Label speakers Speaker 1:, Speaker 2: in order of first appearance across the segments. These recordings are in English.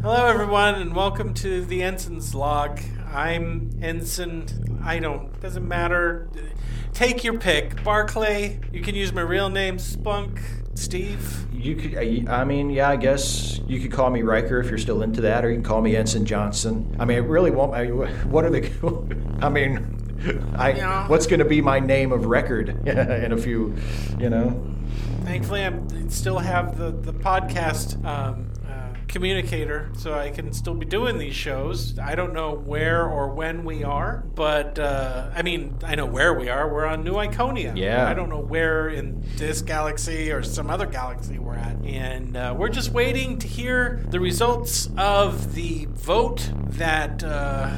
Speaker 1: Hello, everyone, and welcome to the Ensign's Log. I'm Ensign. I don't, doesn't matter. Take your pick. Barclay, you can use my real name, Splunk, Steve.
Speaker 2: You could, I mean, yeah, I guess you could call me Riker if you're still into that, or you can call me Ensign Johnson. I mean, it really won't. I, what are the? I mean, I
Speaker 1: Yeah.
Speaker 2: what's going to be my name of record in a few, you know?
Speaker 1: Thankfully, I still have the, the podcast um, uh, communicator, so I can still be doing these shows. I don't know where or when we are, but uh, I mean, I know where we are. We're on New Iconia.
Speaker 2: Yeah.
Speaker 1: I don't know where in this galaxy or some other galaxy we're at. And uh, we're just waiting to hear the results of the vote that. Uh,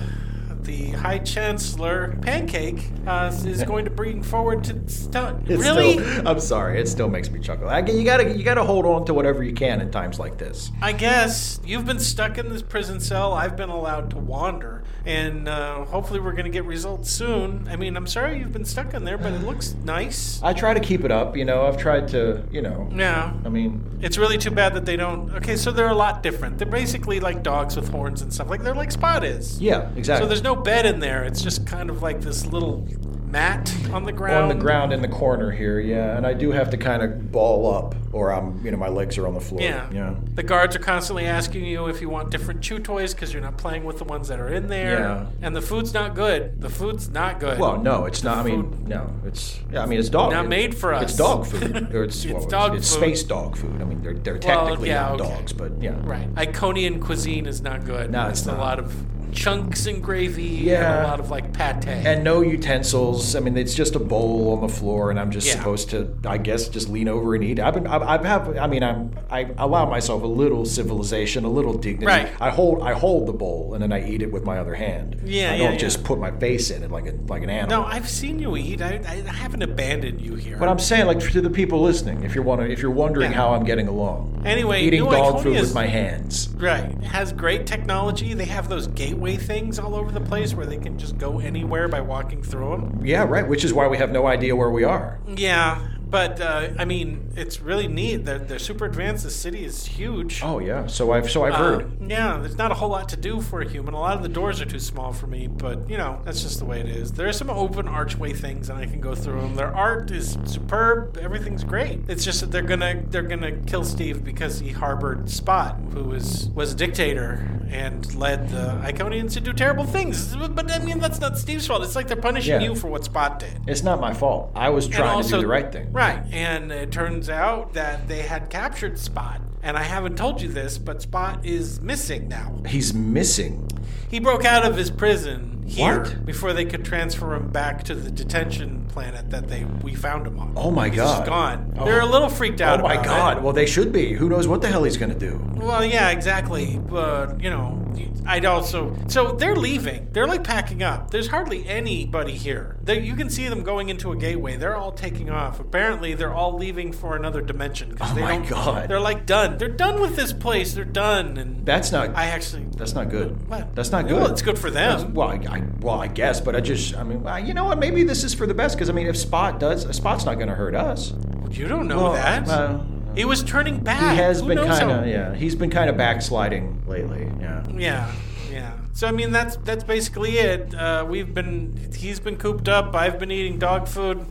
Speaker 1: the High Chancellor Pancake uh, is going to bring forward to stu-
Speaker 2: It
Speaker 1: really
Speaker 2: Still, I'm sorry, it still makes me chuckle. I, you gotta, you gotta hold on to whatever you can in times like this.
Speaker 1: I guess you've been stuck in this prison cell. I've been allowed to wander, and uh, hopefully we're gonna get results soon. I mean, I'm sorry you've been stuck in there, but it looks nice.
Speaker 2: I try to keep it up, you know. I've tried to, you know.
Speaker 1: Yeah,
Speaker 2: I mean,
Speaker 1: it's really too bad that they don't. Okay, so they're a lot different. They're basically like dogs with horns and stuff. Like they're like Spot is.
Speaker 2: yeah, exactly.
Speaker 1: So there's no bed in there. It's just kind of like this little mat on the ground.
Speaker 2: on the ground in the corner here, yeah. And I do have to kind of ball up, or I'm, you know, my legs are on the floor.
Speaker 1: Yeah.
Speaker 2: Yeah.
Speaker 1: The guards are constantly asking you if you want different chew toys because you're not playing with the ones that are in there.
Speaker 2: Yeah.
Speaker 1: And the food's not good. The food's not good.
Speaker 2: Well, no, it's not. I mean,
Speaker 1: food-
Speaker 2: no, it's. Yeah, I mean, it's dog.
Speaker 1: Not
Speaker 2: it-
Speaker 1: made for
Speaker 2: It's
Speaker 1: us.
Speaker 2: dog food. Or it's
Speaker 1: It's
Speaker 2: well, it's,
Speaker 1: dog
Speaker 2: it's
Speaker 1: food.
Speaker 2: space dog food. I mean, they're they're
Speaker 1: Well,
Speaker 2: technically
Speaker 1: yeah,
Speaker 2: not
Speaker 1: okay.
Speaker 2: dogs, but yeah.
Speaker 1: Right. Iconian cuisine is not good.
Speaker 2: No, it's
Speaker 1: a
Speaker 2: not.
Speaker 1: lot of chunks and gravy and
Speaker 2: Yeah.
Speaker 1: a lot of like pate.
Speaker 2: And no utensils. I mean, it's just a bowl on the floor, and I'm just
Speaker 1: Yeah.
Speaker 2: supposed to, I guess, just lean over and eat. I've been, I've, I've have, I mean, I'm, I allow myself a little civilization, a little dignity.
Speaker 1: Right.
Speaker 2: I hold, I hold the bowl, and then I eat it with my other hand.
Speaker 1: Yeah,
Speaker 2: I
Speaker 1: yeah,
Speaker 2: don't
Speaker 1: yeah.
Speaker 2: just put my face in it like a like an animal.
Speaker 1: no, I've seen you eat. I, I, I haven't abandoned you here.
Speaker 2: But I'm saying, like, to the people listening, if you're wondering, if you're wondering
Speaker 1: Yeah.
Speaker 2: how I'm getting along,
Speaker 1: Anyway,
Speaker 2: eating
Speaker 1: New
Speaker 2: dog food
Speaker 1: Iconia's-
Speaker 2: with my hands.
Speaker 1: Right. It has great technology. They have those gateway things all over the place where they can just go anywhere by walking through them.
Speaker 2: Yeah, right. Which is why we have no idea where we are.
Speaker 1: Yeah, but uh, I mean, it's really neat. They're, they're super advanced. The city is huge.
Speaker 2: Oh yeah. So I've so I've
Speaker 1: Uh,
Speaker 2: heard.
Speaker 1: yeah, there's not a whole lot to do for a human. A lot of the doors are too small for me, but you know that's just the way it is. There are some open archway things, and I can go through them. Their art is superb. Everything's great. It's just that they're gonna they're gonna kill Steve because he harbored Spot, who was was a dictator and led the Iconians to do terrible things. But I mean, that's not Steve's fault. It's like they're punishing
Speaker 2: Yeah.
Speaker 1: you for what Spot did.
Speaker 2: It's not my fault. I was
Speaker 1: And
Speaker 2: trying to do the right thing.
Speaker 1: Right. And it turns out that they had captured Spot. And I haven't told you this, but Spot is missing now.
Speaker 2: He's missing.
Speaker 1: He broke out of his prison here
Speaker 2: What?
Speaker 1: before they could transfer him back to the detention planet that they we found him on.
Speaker 2: Oh my
Speaker 1: He's
Speaker 2: god.
Speaker 1: just gone.
Speaker 2: Oh.
Speaker 1: They're a little freaked out.
Speaker 2: Oh my
Speaker 1: about it.
Speaker 2: god. Well, they should be. Who knows what the hell he's gonna do?
Speaker 1: Well, yeah, exactly. But you know, I'd also so they're leaving. They're like packing up. There's hardly anybody here. They, you can see them going into a gateway. They're all taking off. Apparently, they're all leaving for another dimension. 'cause
Speaker 2: Oh
Speaker 1: they
Speaker 2: my
Speaker 1: don't-
Speaker 2: God.
Speaker 1: They're like done. They're done with this place. They're done. And
Speaker 2: That's not.
Speaker 1: I actually.
Speaker 2: that's not good.
Speaker 1: What?
Speaker 2: That's not good.
Speaker 1: Well, it's good for them.
Speaker 2: That's- well, I, I, well, I guess, but I just, I mean, well, you know what? Maybe this is for the best because I mean, if Spot does, Spot's not going to hurt us.
Speaker 1: you don't know
Speaker 2: Well,
Speaker 1: that.
Speaker 2: well,
Speaker 1: it was turning back.
Speaker 2: He has
Speaker 1: Ah, Who
Speaker 2: been
Speaker 1: knows
Speaker 2: kind
Speaker 1: how-
Speaker 2: of yeah. He's been kind of backsliding lately. Yeah.
Speaker 1: Yeah, yeah. So I mean, that's that's basically it. Uh, we've been he's been cooped up. I've been eating dog food.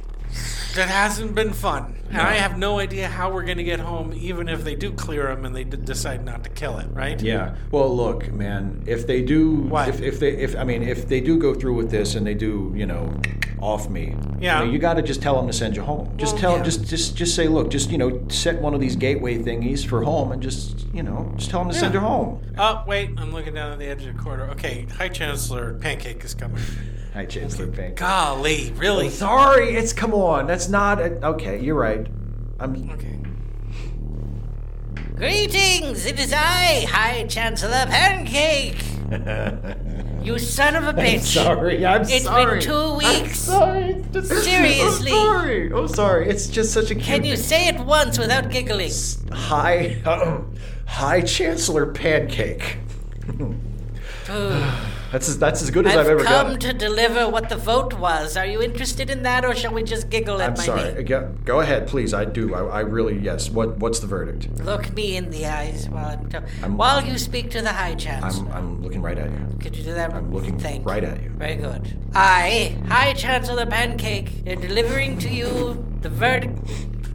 Speaker 1: That hasn't been fun, and I have no idea how we're gonna get home, even if they do clear him and they d- decide not to kill it, right?
Speaker 2: Yeah. Well, look, man. If they do,
Speaker 1: What?
Speaker 2: if if they if I mean if they do go through with this and they do, you know, off me.
Speaker 1: Yeah.
Speaker 2: You, know, you got to just tell them to send you home. Just
Speaker 1: Well,
Speaker 2: tell
Speaker 1: yeah.
Speaker 2: just just just say, look, just you know, set one of these gateway thingies for home, and just you know, just tell them to send
Speaker 1: Yeah.
Speaker 2: her home.
Speaker 1: Oh wait, I'm looking down at the edge of the corridor. Okay, High Chancellor Pancake is coming.
Speaker 2: Hi, Chancellor Pink.
Speaker 1: Golly, really?
Speaker 2: Sorry, it's come on. That's not a, okay. You're right. I'm.
Speaker 1: Okay.
Speaker 3: Greetings, it is I, High Chancellor Pancake. You son of a bitch.
Speaker 2: sorry. I'm
Speaker 3: It's
Speaker 2: sorry.
Speaker 3: been two weeks.
Speaker 2: Sorry. Just,
Speaker 3: Seriously.
Speaker 2: I'm sorry. I'm sorry. It's just such a.
Speaker 3: Can you say it once without giggling?
Speaker 2: High, High Chancellor Pancake.
Speaker 3: Oh,
Speaker 2: That's as, that's as good as I've,
Speaker 3: I've,
Speaker 2: ever
Speaker 3: come
Speaker 2: done.
Speaker 3: to deliver what the vote was. Are you interested in that, or shall we just giggle at
Speaker 2: I'm
Speaker 3: my
Speaker 2: sorry.
Speaker 3: name?
Speaker 2: Go, go ahead, please. I do. I, I really yes. What what's the verdict?
Speaker 3: Look me in the eyes while I'm, t-
Speaker 2: I'm-
Speaker 3: while you speak to the high chance.
Speaker 2: I'm I'm looking right at you.
Speaker 3: Could you do that?
Speaker 2: I'm looking
Speaker 3: Thank you.
Speaker 2: right at you.
Speaker 3: Very good. I, High Chancellor Pancake, am delivering to you the verdict.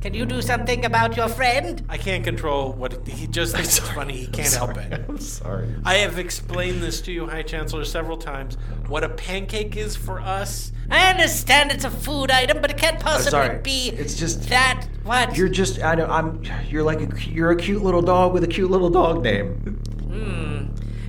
Speaker 3: Can you do something about your friend?
Speaker 1: I can't control what he just thinks it's funny. He can't help it.
Speaker 2: I'm sorry.
Speaker 1: I have explained this to you, High Chancellor, several times. What a pancake is for us.
Speaker 3: I understand it's a food item, but it can't possibly
Speaker 2: sorry.
Speaker 3: be
Speaker 2: It's just-
Speaker 3: that what
Speaker 2: You're just I know I'm you're like a, cu- you're a cute little dog with a cute little dog name.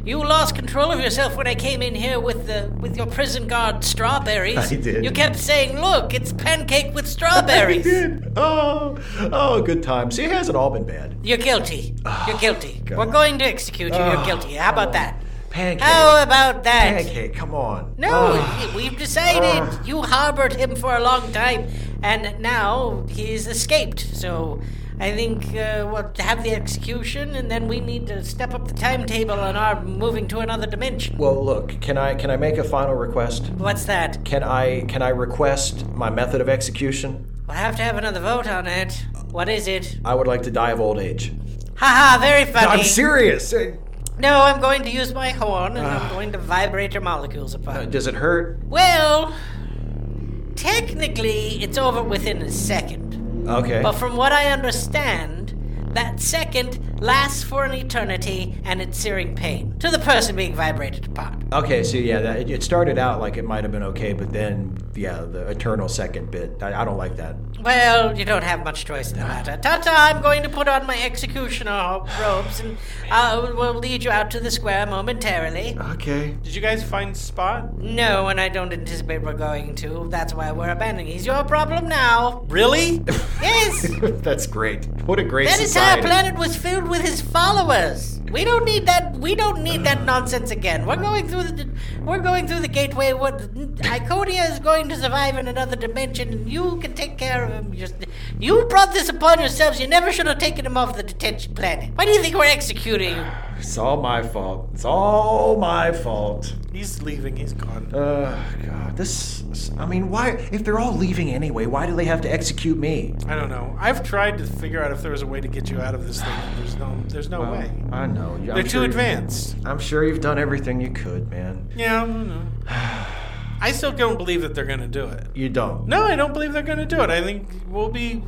Speaker 3: you lost control of yourself when I came in here with the with your prison guard strawberries.
Speaker 2: I did.
Speaker 3: You kept saying, "Look, it's pancake with strawberries."
Speaker 2: Oh, oh, good times. See, it hasn't all been bad.
Speaker 3: You're guilty. You're guilty.
Speaker 2: Oh, God.
Speaker 3: We're going to execute you. You're
Speaker 2: Oh,
Speaker 3: guilty. How about
Speaker 2: oh.
Speaker 3: that?
Speaker 2: Pancake.
Speaker 3: How about that?
Speaker 2: Pancake, come on.
Speaker 3: No,
Speaker 2: Ah.
Speaker 3: we- we've decided
Speaker 2: Ugh.
Speaker 3: you harbored him for a long time, and now he's escaped. So I think uh, we'll have the execution, and then we need to step up the timetable on our moving to another dimension.
Speaker 2: Well, look. Can I can I make a final request?
Speaker 3: What's that?
Speaker 2: Can I can I request my method of execution?
Speaker 3: We'll have to have another vote on it. What is it?
Speaker 2: I would like to die of old age.
Speaker 3: Haha, very funny.
Speaker 2: I'm serious. Uh,
Speaker 3: No, I'm going to use my horn, and
Speaker 2: Ah.
Speaker 3: I'm going to vibrate your molecules upon.
Speaker 2: Does it hurt?
Speaker 3: Well, technically, it's over within a second.
Speaker 2: Okay.
Speaker 3: But from what I understand, that second lasts for an eternity and it's searing pain to the person being vibrated upon.
Speaker 2: Okay, so yeah, that, it started out like it might have been okay, but then yeah, the eternal second bit. I, I don't like that.
Speaker 3: Well, you don't have much choice in the matter. Tata, I'm going to put on my executioner robes and uh, we'll lead you out to the square momentarily.
Speaker 2: Okay.
Speaker 1: Did you guys find Spot?
Speaker 3: No, and I don't anticipate we're going to. That's why we're abandoning. He's your problem now.
Speaker 1: Really?
Speaker 3: Yes!
Speaker 2: That's great. What a great
Speaker 3: That is how our
Speaker 2: society.
Speaker 3: planet was filled with his followers. We don't need that. We don't need
Speaker 2: Mm.
Speaker 3: that nonsense again. We're going through the. We're going through the gateway. What? Iconia is going to survive in another dimension, and you can take care of him. Just, you brought this upon yourselves. You never should have taken him off the detention planet. Why do you think we're executing you?
Speaker 2: It's all my fault. It's all my fault.
Speaker 1: He's leaving. He's gone.
Speaker 2: Uh, God, this. I mean, why? If they're all leaving anyway, why do they have to execute me?
Speaker 1: I don't know. I've tried to figure out if there was a way to get you out of this thing. and There's no. There's no way.
Speaker 2: I know. I'm
Speaker 1: They're too
Speaker 2: sure-
Speaker 1: advanced.
Speaker 2: I'm sure you've done everything you could, man.
Speaker 1: Yeah. I don't know. I still don't believe that they're gonna do it.
Speaker 2: You don't.
Speaker 1: No, I don't believe they're gonna do it. I think we'll be,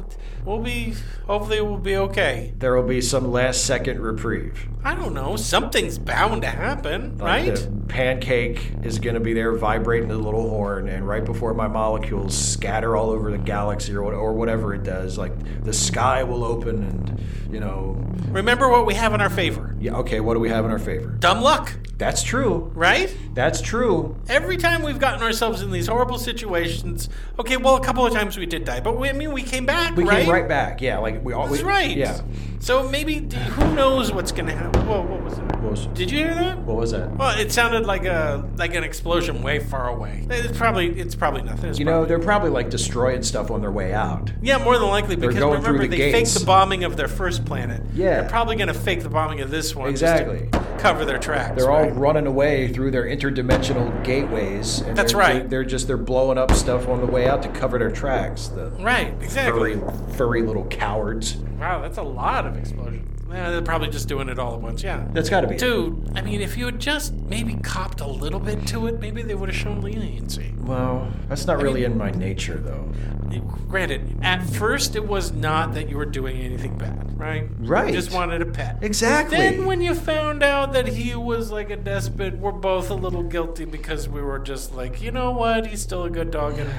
Speaker 1: we'll be. Hopefully, we'll be okay.
Speaker 2: There will be some last second reprieve.
Speaker 1: I don't know. Something's bound to happen,
Speaker 2: Like,
Speaker 1: right?
Speaker 2: The pancake is going to be there vibrating the little horn, and right before my molecules scatter all over the galaxy or, what, or whatever it does, like the sky will open and, you know.
Speaker 1: Remember what we have in our favor.
Speaker 2: Yeah, okay, what do we have in our favor?
Speaker 1: Dumb luck,
Speaker 2: That's true.
Speaker 1: right?
Speaker 2: That's true.
Speaker 1: Every time we've gotten ourselves in these horrible situations, okay, well, a couple of times we did die, but we, I mean, we came back,
Speaker 2: We
Speaker 1: right?
Speaker 2: came right back. Yeah, like we all.
Speaker 1: That's
Speaker 2: we-
Speaker 1: right.
Speaker 2: Yeah.
Speaker 1: So maybe, d- who knows what's going to happen? Whoa, what was that?
Speaker 2: What was,
Speaker 1: Did you hear that?
Speaker 2: what was that?
Speaker 1: Well, it sounded like a like an explosion way far away. It's probably it's probably nothing. It's
Speaker 2: You know,
Speaker 1: probably,
Speaker 2: they're probably like destroying stuff on their way out.
Speaker 1: yeah, more than likely because
Speaker 2: going through
Speaker 1: remember
Speaker 2: the
Speaker 1: they
Speaker 2: gates.
Speaker 1: faked the bombing of their first planet.
Speaker 2: Yeah.
Speaker 1: they're probably going to fake the bombing of this one just to
Speaker 2: Exactly.
Speaker 1: cover their tracks.
Speaker 2: They're all
Speaker 1: right?
Speaker 2: running away through their interdimensional gateways. And
Speaker 1: That's
Speaker 2: they're,
Speaker 1: right.
Speaker 2: They're just they're blowing up stuff on the way out to cover their tracks. The
Speaker 1: right, exactly.
Speaker 2: furry, furry little cowards.
Speaker 1: Wow, that's a lot of explosion. Yeah, they're probably just doing it all at once. Yeah.
Speaker 2: That's got to be.
Speaker 1: Dude, I mean, if you had just maybe copped a little bit to it, maybe they would have shown leniency.
Speaker 2: Well, that's not really in my nature, though.
Speaker 1: Granted, at first it was not that you were doing anything bad, right?
Speaker 2: Right.
Speaker 1: You just wanted a pet.
Speaker 2: Exactly.
Speaker 1: Then when you found out that he was like a despot, we're both a little guilty because we were just like, you know what, he's still a good dog and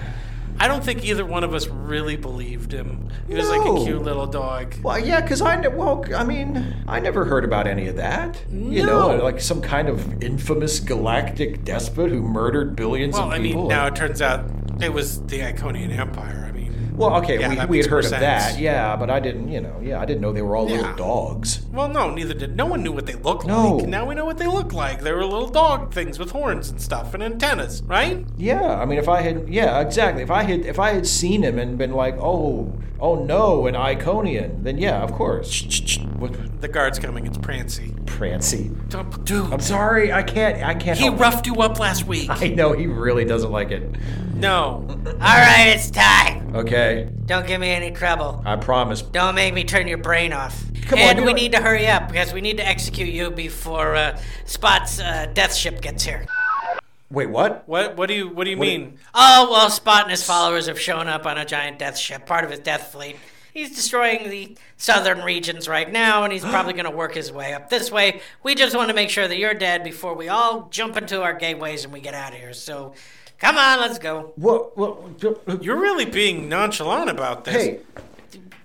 Speaker 1: I don't think either one of us really believed him. He was like
Speaker 2: No.
Speaker 1: a cute little dog.
Speaker 2: well, yeah, because I ne- well, I mean, I never heard about any of that. You know,
Speaker 1: No.
Speaker 2: like some kind of infamous galactic despot who murdered billions
Speaker 1: Well,
Speaker 2: of
Speaker 1: I
Speaker 2: people.
Speaker 1: mean, now it turns out it was the Iconian Empire. I mean,
Speaker 2: Well, okay,
Speaker 1: Yeah, that
Speaker 2: we, we had
Speaker 1: makes more
Speaker 2: heard of that,
Speaker 1: sense.
Speaker 2: yeah, but I didn't, you know, yeah, I didn't know they were all
Speaker 1: Yeah.
Speaker 2: little dogs.
Speaker 1: Well, no, neither did. No one knew what they looked
Speaker 2: No.
Speaker 1: like. Now we know what they look like. They were little dog things with horns and stuff and antennas, right?
Speaker 2: Yeah, I mean, if I had, yeah, exactly. If I had, if I had seen him and been like, oh, oh no, an Iconian, then yeah, of course. What,
Speaker 1: The guard's coming. It's Prancy.
Speaker 2: Prancy.
Speaker 1: Don't- Dude,
Speaker 2: I'm sorry, I can't, I can't.
Speaker 1: he
Speaker 2: help it.
Speaker 1: roughed you up last week.
Speaker 2: I know he really doesn't like it.
Speaker 1: No.
Speaker 3: All right, it's time.
Speaker 2: Okay,
Speaker 3: Don't give me any trouble.
Speaker 2: I promise.
Speaker 3: Don't make me turn your brain off.
Speaker 2: Come on,
Speaker 3: and
Speaker 2: do
Speaker 3: we
Speaker 2: it.
Speaker 3: need to hurry up because we need to execute you before uh, Spot's uh, death ship gets here.
Speaker 2: Wait, what?
Speaker 1: What? What do you? What do you
Speaker 2: do you-
Speaker 1: mean?
Speaker 3: Oh, well, Spot and his followers have shown up on a giant death ship, part of his death fleet. He's destroying the southern regions right now, and he's probably going to work his way up this way. We just want to make sure that you're dead before we all jump into our gateways and we get out of here. So, come on, let's go.
Speaker 2: What? What?
Speaker 1: You're really being nonchalant about this.
Speaker 2: Hey,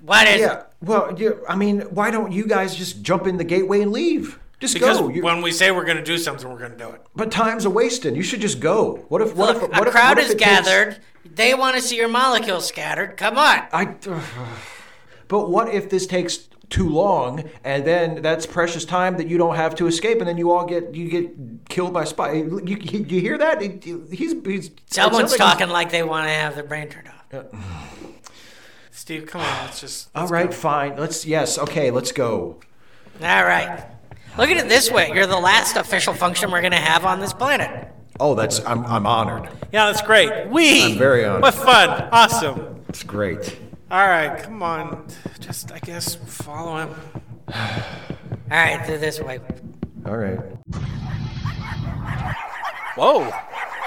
Speaker 3: What is
Speaker 2: yeah. Well, you, I mean, why don't you guys just jump in the gateway and leave? Just
Speaker 1: because
Speaker 2: go. You-
Speaker 1: when we say we're going to do something, we're going to do it.
Speaker 2: but time's a wasting. You should just go. What if? What
Speaker 3: Look,
Speaker 2: if? What
Speaker 3: a
Speaker 2: if,
Speaker 3: crowd
Speaker 2: what if
Speaker 3: is
Speaker 2: it takes-
Speaker 3: gathered. They want to see your molecules scattered. Come on.
Speaker 2: I. but what if this takes too long, and then that's precious time that you don't have to escape, and then you all get you get killed by spy. You, you, you hear that? It- he's, he's
Speaker 3: Someone's
Speaker 2: somebody's-
Speaker 3: talking like they want to have their brain turned off.
Speaker 1: Steve, come on. Let's just.
Speaker 2: All right, fine. Let's yes, okay, let's go.
Speaker 3: All right. Look at it this way you're the last official function we're going to have on this planet.
Speaker 2: Oh, that's I'm I'm honored.
Speaker 1: Yeah, that's great. We.
Speaker 2: I'm very honored.
Speaker 1: What fun. Awesome.
Speaker 2: It's great.
Speaker 1: All right, come on. Just, I guess, follow him.
Speaker 3: All right, through this way.
Speaker 2: All right.
Speaker 1: Whoa.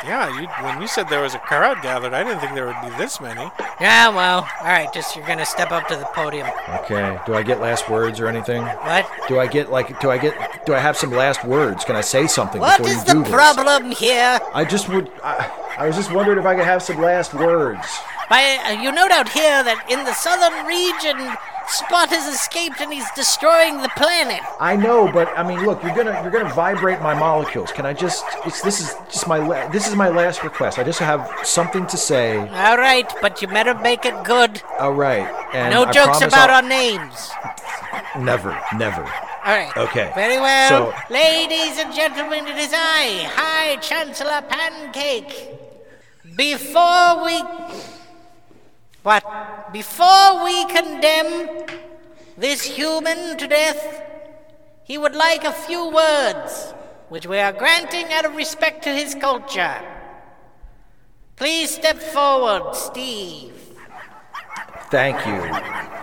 Speaker 1: Yeah, you, when you said there was a crowd gathered, I didn't think there would be this many.
Speaker 3: Yeah, well, all right, just you're going to step up to the podium.
Speaker 2: Okay. Do I get last words or anything?
Speaker 3: What?
Speaker 2: Do I get like do I get do I have some last words? Can I say something
Speaker 3: What
Speaker 2: before
Speaker 3: is
Speaker 2: you
Speaker 3: the
Speaker 2: do this?
Speaker 3: problem here?
Speaker 2: I just would I, I was just wondering if I could have some last words.
Speaker 3: By, uh, you no doubt hear that in the southern region, Spot has escaped and he's destroying the planet.
Speaker 2: I know, but I mean, look, you're gonna you're gonna vibrate my molecules. Can I just? It's this is just my la- this is my last request. I just have something to say.
Speaker 3: All right, but you better make it good.
Speaker 2: All right, and
Speaker 3: No
Speaker 2: I
Speaker 3: jokes
Speaker 2: promise
Speaker 3: about
Speaker 2: I'll-
Speaker 3: our names.
Speaker 2: Never, never.
Speaker 3: All right.
Speaker 2: Okay.
Speaker 3: Very well.
Speaker 2: So-
Speaker 3: Ladies and gentlemen, it is I, High Chancellor Pancake. Before we. What? Before we condemn this human to death, he would like a few words, which we are granting out of respect to his culture. Please step forward, Steve.
Speaker 2: Thank you. Uh,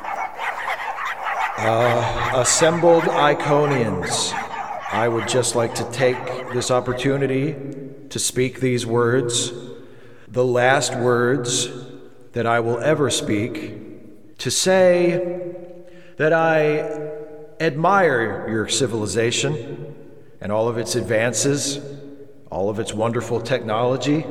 Speaker 2: assembled Iconians, I would just like to take this opportunity to speak these words, the last words that I will ever speak, to say that I admire your civilization and all of its advances, all of its wonderful technology.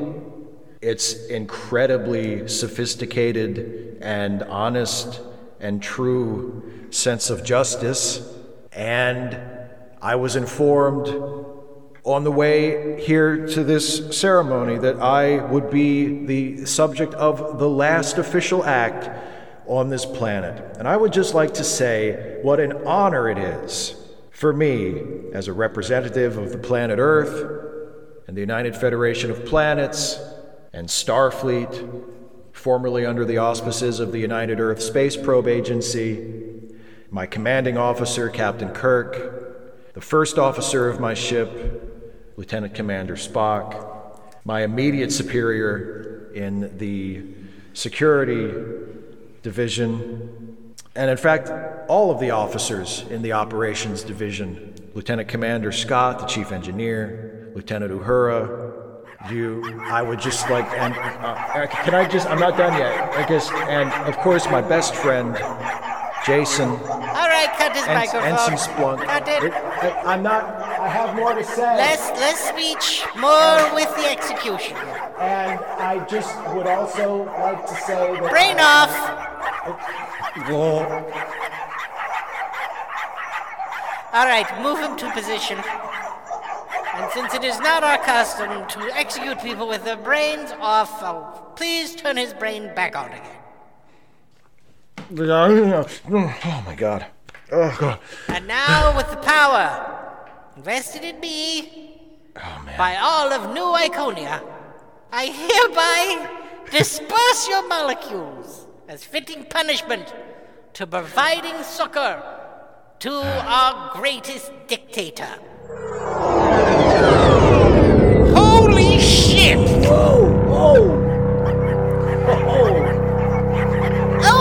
Speaker 2: It's incredibly sophisticated and honest and true sense of justice. And I was informed on the way here to this ceremony that I would be the subject of the last official act on this planet. And I would just like to say what an honor it is for me, as a representative of the planet Earth, and the United Federation of Planets and Starfleet, formerly under the auspices of the United Earth Space Probe Agency, my commanding officer, Captain Kirk, the first officer of my ship, Lieutenant Commander Spock, my immediate superior in the security division, and in fact, all of the officers in the operations division Lieutenant Commander Scott, the chief engineer, Lieutenant Uhura, you, I would just like, and uh, can I just, I'm not done yet, I guess, and of course, my best friend, Jason,
Speaker 3: All right, cut his
Speaker 2: and,
Speaker 3: microphone.
Speaker 2: and some Splunk.
Speaker 3: Cut it.
Speaker 2: It- I- I'm not, I have more to say.
Speaker 3: Less, less speech, more with the execution.
Speaker 2: and I just would also like to say that.
Speaker 3: Brain off.
Speaker 2: Well,
Speaker 3: All right, move him to position. And since it is not our custom to execute people with their brains off, oh, please turn his brain back on again.
Speaker 2: Oh my god. Oh god.
Speaker 3: And now, with the power vested in me
Speaker 2: Oh man.
Speaker 3: by all of New Iconia, I hereby disperse your molecules as fitting punishment to providing succor to our greatest dictator. Holy shit!
Speaker 4: Oh,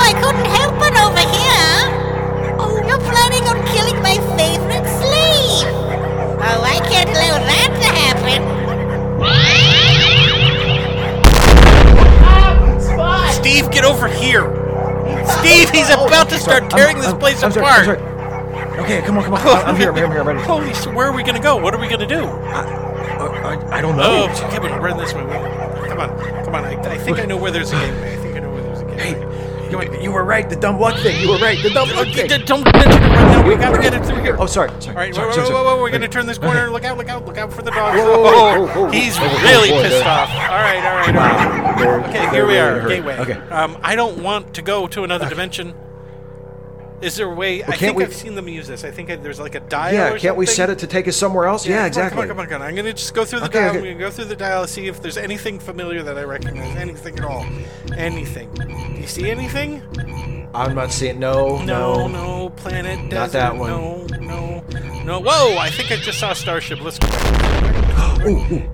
Speaker 4: I couldn't help but overhear. Oh, you're planning on killing my favorite slave. Oh, I can't allow that to happen.
Speaker 1: Steve, get over here. Steve, he's about to start tearing this place
Speaker 2: Oh, I'm
Speaker 1: apart.
Speaker 2: Sorry, I'm sorry. Okay, come on, come on. I'm here, I'm here, I'm here, I'm ready.
Speaker 1: Holy shit, where are we gonna go? What are we gonna do?
Speaker 2: I, I, I don't
Speaker 1: Oh,
Speaker 2: know.
Speaker 1: come on, run this way. Come on, come on. I, I think I know where there's a gateway. I think I know where there's a gateway.
Speaker 2: You, you were right, the dumb luck thing. You were right, the dumb luck
Speaker 1: Oh, D-
Speaker 2: thing.
Speaker 1: Don't mention it right now. We gotta get it through here.
Speaker 2: Oh, sorry, sorry.
Speaker 1: All right,
Speaker 2: sorry,
Speaker 1: whoa, whoa,
Speaker 2: sorry,
Speaker 1: whoa,
Speaker 2: sorry.
Speaker 1: whoa, whoa, we're gonna turn this corner. Look out, look out, look out for the dogs.
Speaker 2: Whoa, whoa, whoa, whoa, whoa.
Speaker 1: He's
Speaker 2: Oh,
Speaker 1: really
Speaker 2: boy,
Speaker 1: pissed
Speaker 2: they're-
Speaker 1: off. All right, all right, all right.
Speaker 2: Wow. They're-
Speaker 1: Okay,
Speaker 2: they're
Speaker 1: here we
Speaker 2: really
Speaker 1: are,
Speaker 2: hurt.
Speaker 1: gateway.
Speaker 2: Okay.
Speaker 1: Um, I don't want to go to another dimension. Is there a way? I
Speaker 2: can't
Speaker 1: think
Speaker 2: we-
Speaker 1: I've seen them use this. I think I, there's like a dial.
Speaker 2: Yeah,
Speaker 1: or
Speaker 2: can't we
Speaker 1: something.
Speaker 2: set it to take us somewhere else? Yeah,
Speaker 1: come on,
Speaker 2: exactly.
Speaker 1: Come on, come on, come on. I'm gonna just go through the
Speaker 2: Okay,
Speaker 1: dial.
Speaker 2: okay.
Speaker 1: I'm gonna go through the dial, see if there's anything familiar that I recognize. Anything at all. Anything. Do you see anything?
Speaker 2: I'm not seeing. No,
Speaker 1: No,
Speaker 2: no.
Speaker 1: no. Planet. Desert,
Speaker 2: Not that one.
Speaker 1: No, no, no. Whoa! I think I just saw a starship. Let's. Go.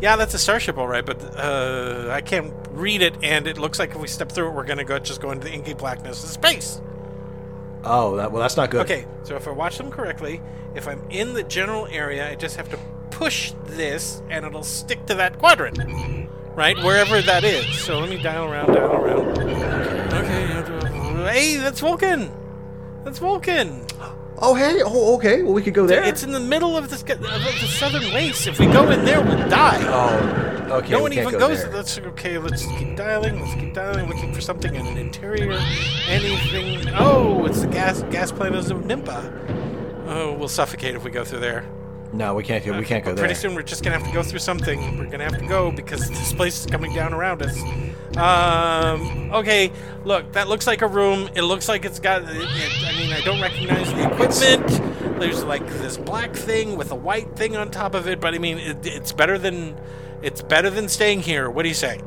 Speaker 1: Yeah, that's a starship, all right. But uh, I can't read it, and it looks like if we step through it, we're gonna go just go into the inky blackness of space.
Speaker 2: Oh, that, well, that's not good.
Speaker 1: Okay, so if I watch them correctly, if I'm in the general area, I just have to push this and it'll stick to that quadrant. Right? Wherever that is. So let me dial around, dial around. Okay, you have to- hey, that's Vulcan! That's Vulcan!
Speaker 2: Oh, hey. Oh, okay. Well, we could go there.
Speaker 1: It's in the middle of the, sc- of the southern waste. If we go in there, we'll die.
Speaker 2: Oh, okay.
Speaker 1: No
Speaker 2: we
Speaker 1: one
Speaker 2: can't
Speaker 1: even
Speaker 2: go
Speaker 1: goes.
Speaker 2: there.
Speaker 1: Let's okay. Let's keep dialing. Let's keep dialing. Looking for something in an interior. Anything? Oh, it's the gas gas planets of Nimpa. Oh, we'll suffocate if we go through there.
Speaker 2: No, we can't go. We can't go
Speaker 1: But
Speaker 2: there.
Speaker 1: Pretty soon, we're just gonna have to go through something. We're gonna have to go because this place is coming down around us. Um. Okay. Look, that looks like a room. It looks like it's got. It, it- I mean, I don't recognize the equipment. There's like this black thing with a white thing on top of it. But I mean, it, it's better than. It's better than staying here. What do you say?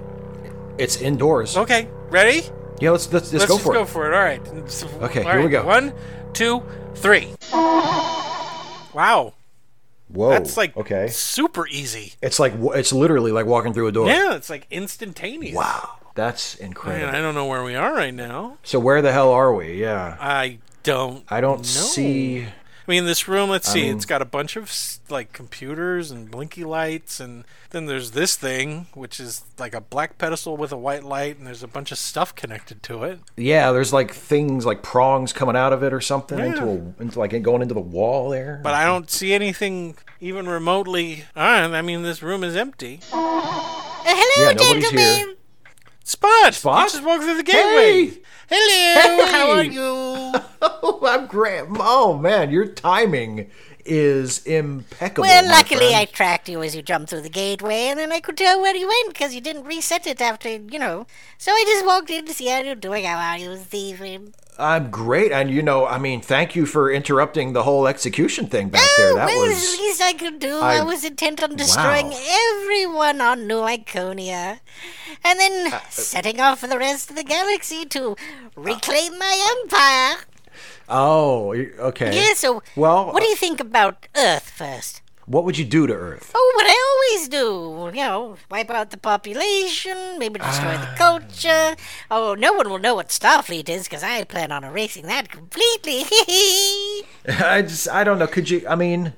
Speaker 2: It's indoors.
Speaker 1: Okay. Ready?
Speaker 2: Yeah, let's let's, let's,
Speaker 1: Let's
Speaker 2: go
Speaker 1: just
Speaker 2: for
Speaker 1: go
Speaker 2: it.
Speaker 1: for it. All right. So-
Speaker 2: Okay,
Speaker 1: all
Speaker 2: here we
Speaker 1: right,
Speaker 2: go.
Speaker 1: One, two, three. Wow.
Speaker 2: Whoa.
Speaker 1: That's like
Speaker 2: Oh, okay.
Speaker 1: super easy.
Speaker 2: It's like wa- it's literally like walking through a door.
Speaker 1: Yeah, it's like instantaneous.
Speaker 2: Wow. That's incredible.
Speaker 1: Man, I don't know where we are right now.
Speaker 2: so where the hell are we? Yeah.
Speaker 1: I don't. I,
Speaker 2: I don't see.
Speaker 1: mean, this room. Let's see.
Speaker 2: mean-
Speaker 1: it's got a bunch of s- like computers and blinky lights, and then there's this thing, which is like a black pedestal with a white light, and there's a bunch of stuff connected to it.
Speaker 2: Yeah, there's like things like prongs coming out of it or something into
Speaker 1: Yeah.
Speaker 2: a into like going into the wall there.
Speaker 1: But I don't see anything even remotely. All right. I mean, this room is empty.
Speaker 4: Uh, hello,
Speaker 2: Yeah, nobody's here.
Speaker 4: gentlemen.
Speaker 1: Spot.
Speaker 2: Spot?
Speaker 1: You just walked through the gateway.
Speaker 2: Hey!
Speaker 1: Hello. How are
Speaker 2: Hey!
Speaker 1: you?
Speaker 2: oh, I'm great. Oh man, your timing is impeccable.
Speaker 4: Well,
Speaker 2: my
Speaker 4: Uh, luckily I
Speaker 2: friend.
Speaker 4: tracked you as you jumped through the gateway, and then I could tell where you went because you didn't reset it after, you know. So I just walked in to see how you're doing. How are you, Stephen?
Speaker 2: I'm great, and you know, I mean, thank you for interrupting the whole execution thing back there. That
Speaker 4: well,
Speaker 2: was
Speaker 4: the least I could do.
Speaker 2: I-
Speaker 4: I, was intent on destroying
Speaker 2: Wow.
Speaker 4: everyone on New Iconia, and then
Speaker 2: Uh,
Speaker 4: setting off for the rest of the galaxy to reclaim my empire.
Speaker 2: Oh, y- okay.
Speaker 4: Yeah. So,
Speaker 2: Well,
Speaker 4: what do
Speaker 2: uh,
Speaker 4: you think about Earth first?
Speaker 2: what would you do to Earth?
Speaker 4: Oh, what I always do. You know, wipe out the population, maybe destroy
Speaker 2: Ah.
Speaker 4: the culture. Oh, no one will know what Starfleet is because I plan on erasing that completely.
Speaker 2: I just, I don't know. Could you? I mean,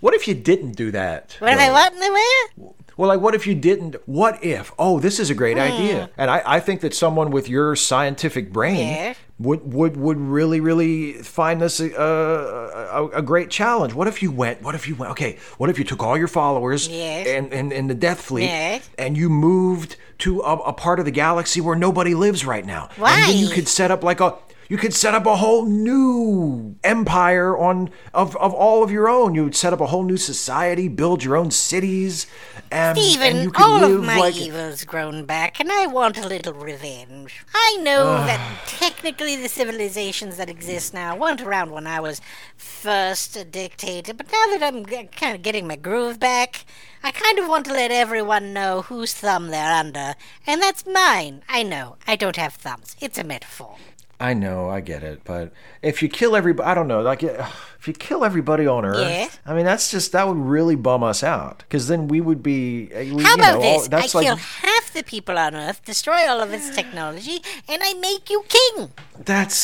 Speaker 2: what if you didn't do that?
Speaker 4: what do
Speaker 2: though?
Speaker 4: they want in the way?
Speaker 2: Well, like, what if you didn't? What if? Oh, this is a
Speaker 4: Hmm.
Speaker 2: great idea, and I, I think that someone with your scientific brain
Speaker 4: Yeah.
Speaker 2: would would would really really find this a, a, a, a great challenge. What if you went? What if you went? Okay, what if you took all your followers
Speaker 4: Yes.
Speaker 2: and and and the Death Fleet
Speaker 4: Yes.
Speaker 2: and you moved to a, a part of the galaxy where nobody lives right now? And then you
Speaker 4: Why?
Speaker 2: could set up like a You could set up a whole new empire on of, of all of your own. You would set up a whole new society, build your own cities, and, and you
Speaker 4: Even
Speaker 2: could
Speaker 4: all
Speaker 2: live
Speaker 4: of my
Speaker 2: like
Speaker 4: evil's grown back, and I want a little revenge. I know that technically the civilizations that exist now weren't around when I was first a dictator, but now that I'm g- kind of getting my groove back, I kind of want to let everyone know whose thumb they're under, and that's mine. I know, I don't have thumbs. It's a metaphor.
Speaker 2: I know, I get it, but if you kill everybody, I don't know, like ugh, if you kill everybody on Earth,
Speaker 4: Yeah.
Speaker 2: I mean that's just that would really bum us out because then we would be. uh, We,
Speaker 4: How
Speaker 2: you
Speaker 4: about
Speaker 2: know, all-
Speaker 4: this? I
Speaker 2: That's like
Speaker 4: kill half the people on Earth, destroy all of its technology, and I make you king.
Speaker 2: that's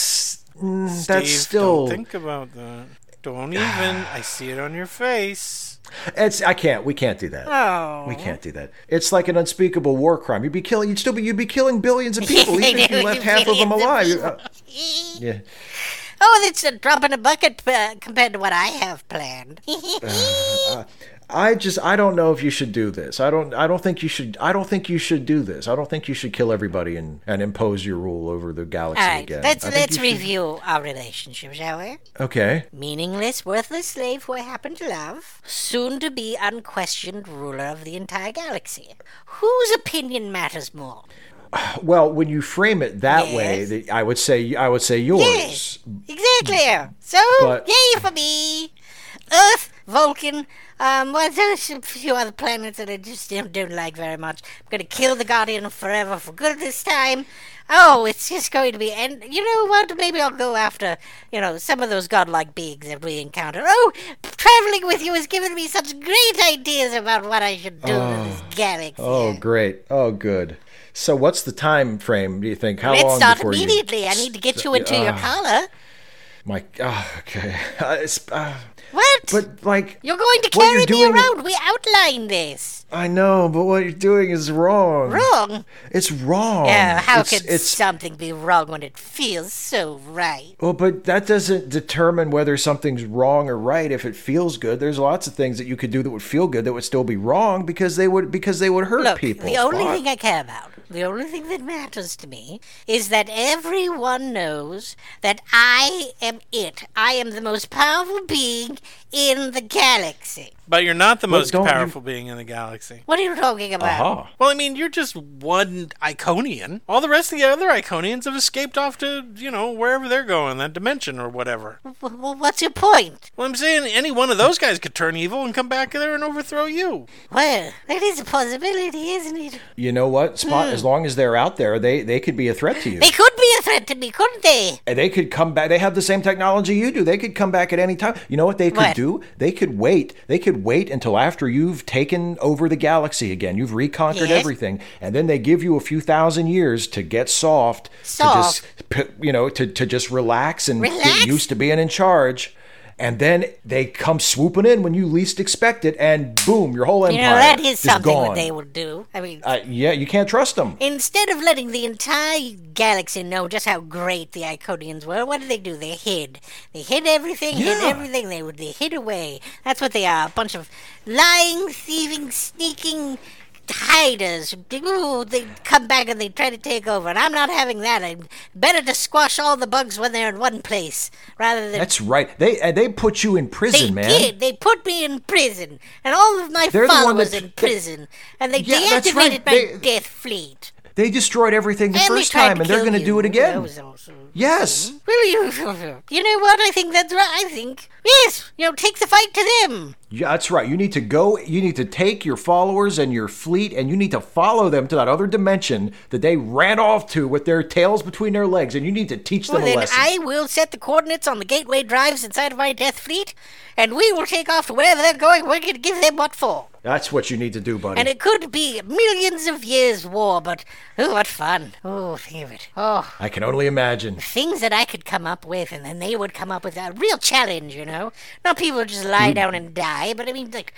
Speaker 2: mm,
Speaker 1: Dave,
Speaker 2: that's still.
Speaker 1: Don't think about that. Don't even. I see it on your face.
Speaker 2: It's I can't. We can't do that.
Speaker 4: Oh.
Speaker 2: We can't do that. It's like an unspeakable war crime. You'd be killing. You'd still be. You'd be killing billions of people, even if you left half of them alive.
Speaker 4: Billions of
Speaker 2: Uh,
Speaker 4: e-,
Speaker 2: yeah.
Speaker 4: Oh, that's a drop in a bucket uh, compared to what I have planned.
Speaker 2: Ah, I just I don't know if you should do this. I don't I don't think you should I don't think you should do this. I don't think you should kill everybody and, and impose your rule over the galaxy
Speaker 4: All right,
Speaker 2: again.
Speaker 4: let's
Speaker 2: I think
Speaker 4: let's
Speaker 2: you should-
Speaker 4: review our relationship, shall we?
Speaker 2: Okay.
Speaker 4: Meaningless, worthless slave who I happen to love, soon to be unquestioned ruler of the entire galaxy. Whose opinion matters more?
Speaker 2: Well, when you frame it that way,
Speaker 4: Yes.
Speaker 2: that I would say I would say yours.
Speaker 4: Yes, exactly. So,
Speaker 2: But-
Speaker 4: yay for me. Earth, Vulcan, um, well, there's a few other planets that I just don't, don't like very much. I'm going to kill the Guardian forever for good this time. Oh, it's just going to be, and you know what? Maybe I'll go after, you know, some of those godlike beings that we encounter. Oh, traveling with you has given me such great ideas about what I should do to this galaxy.
Speaker 2: Oh, great. Oh, good. So, what's the time frame? Do you think how
Speaker 4: Let's
Speaker 2: long
Speaker 4: start
Speaker 2: before
Speaker 4: immediately.
Speaker 2: you? ah.
Speaker 4: I need to get you into your collar.
Speaker 2: My. Oh, okay. It's, uh,
Speaker 4: What?
Speaker 2: but like
Speaker 4: You're going to
Speaker 2: What you're
Speaker 4: carry me
Speaker 2: doing-
Speaker 4: around. We outlined this.
Speaker 2: I know, but what you're doing is wrong.
Speaker 4: Wrong.
Speaker 2: It's wrong.
Speaker 4: Oh, how
Speaker 2: Oh. it's,
Speaker 4: could
Speaker 2: it's
Speaker 4: something be wrong when it feels so right?
Speaker 2: Well, but that doesn't determine whether something's wrong or right. If it feels good, there's lots of things that you could do that would feel good that would still be wrong because they would because they would hurt
Speaker 4: Look,
Speaker 2: people.
Speaker 4: the only
Speaker 2: But-
Speaker 4: thing I care about, the only thing that matters to me, is that everyone knows that I am it. I am the most powerful being in the galaxy.
Speaker 1: But you're not the most
Speaker 2: don't you-
Speaker 1: powerful being in the galaxy.
Speaker 4: What are you talking about?
Speaker 2: Aha.
Speaker 1: Well, I mean, you're just one Iconian. All the rest of the other Iconians have escaped off to, you know, wherever they're going, that dimension or whatever.
Speaker 4: W- w- what's your point?
Speaker 1: Well, I'm saying any one of those guys could turn evil and come back there and overthrow you.
Speaker 4: Well, that is a possibility, isn't it?
Speaker 2: You know what? Spot
Speaker 4: Hmm.
Speaker 2: as long as they're out there, they they could be a threat to you.
Speaker 4: They could be a threat to me, couldn't they?
Speaker 2: And they could come back. They have the same technology you do. They could come back at any time. You know what they could
Speaker 4: What?
Speaker 2: do? They could wait. They could wait until after you've taken over the galaxy again. You've reconquered
Speaker 4: Yes.
Speaker 2: everything, and then they give you a few thousand years to get soft,
Speaker 4: Soft.
Speaker 2: to just p- you know to to just relax and
Speaker 4: Relax?
Speaker 2: get used to being in charge. And then they come swooping in when you least expect it, and boom, your whole empire
Speaker 4: You know, that is
Speaker 2: is
Speaker 4: something
Speaker 2: gone.
Speaker 4: that they would do. I mean,
Speaker 2: Uh, yeah, you can't trust them.
Speaker 4: Instead of letting the entire galaxy know just how great the Iconians were, what did they do? They hid. They hid everything, hid
Speaker 2: Yeah.
Speaker 4: everything. They, they hid away. That's what they are. A bunch of lying, thieving, sneaking hiders. Ooh, they come back and they try to take over. And I'm not having that. I'm better to squash all the bugs when they're in one place rather than.
Speaker 2: That's right. They uh, they put you in prison,
Speaker 4: they
Speaker 2: man.
Speaker 4: did. They put me in prison, and all of my
Speaker 2: They're the one
Speaker 4: followers
Speaker 2: that-
Speaker 4: in prison, and they
Speaker 2: Yeah, that's
Speaker 4: deactivated
Speaker 2: right.
Speaker 4: my
Speaker 2: They-
Speaker 4: death fleet.
Speaker 2: They destroyed everything the
Speaker 4: And they
Speaker 2: first
Speaker 4: tried
Speaker 2: time,
Speaker 4: to
Speaker 2: and they're
Speaker 4: kill
Speaker 2: going to
Speaker 4: you.
Speaker 2: do it
Speaker 4: That
Speaker 2: again.
Speaker 4: was also-
Speaker 2: Yes.
Speaker 4: Well, you, you know what? I think that's right. I think yes. You know, take the fight to them.
Speaker 2: Yeah, that's right. You need to go. You need to take your followers and your fleet, and you need to follow them to that other dimension that they ran off to with their tails between their legs, and you need to teach them
Speaker 4: Well,
Speaker 2: a
Speaker 4: then
Speaker 2: lesson.
Speaker 4: I will set the coordinates on the gateway drives inside of my death fleet, and we will take off to wherever they're going. We're going to give them what for.
Speaker 2: That's what you need to do, buddy.
Speaker 4: And it could be millions of years war, but oh, what fun! Oh, think of it. Oh,
Speaker 2: I can only imagine.
Speaker 4: things that I could come up with, and then they would come up with a real challenge, you know? Not people who just
Speaker 2: Hmm.
Speaker 4: lie down and die, but I mean, like,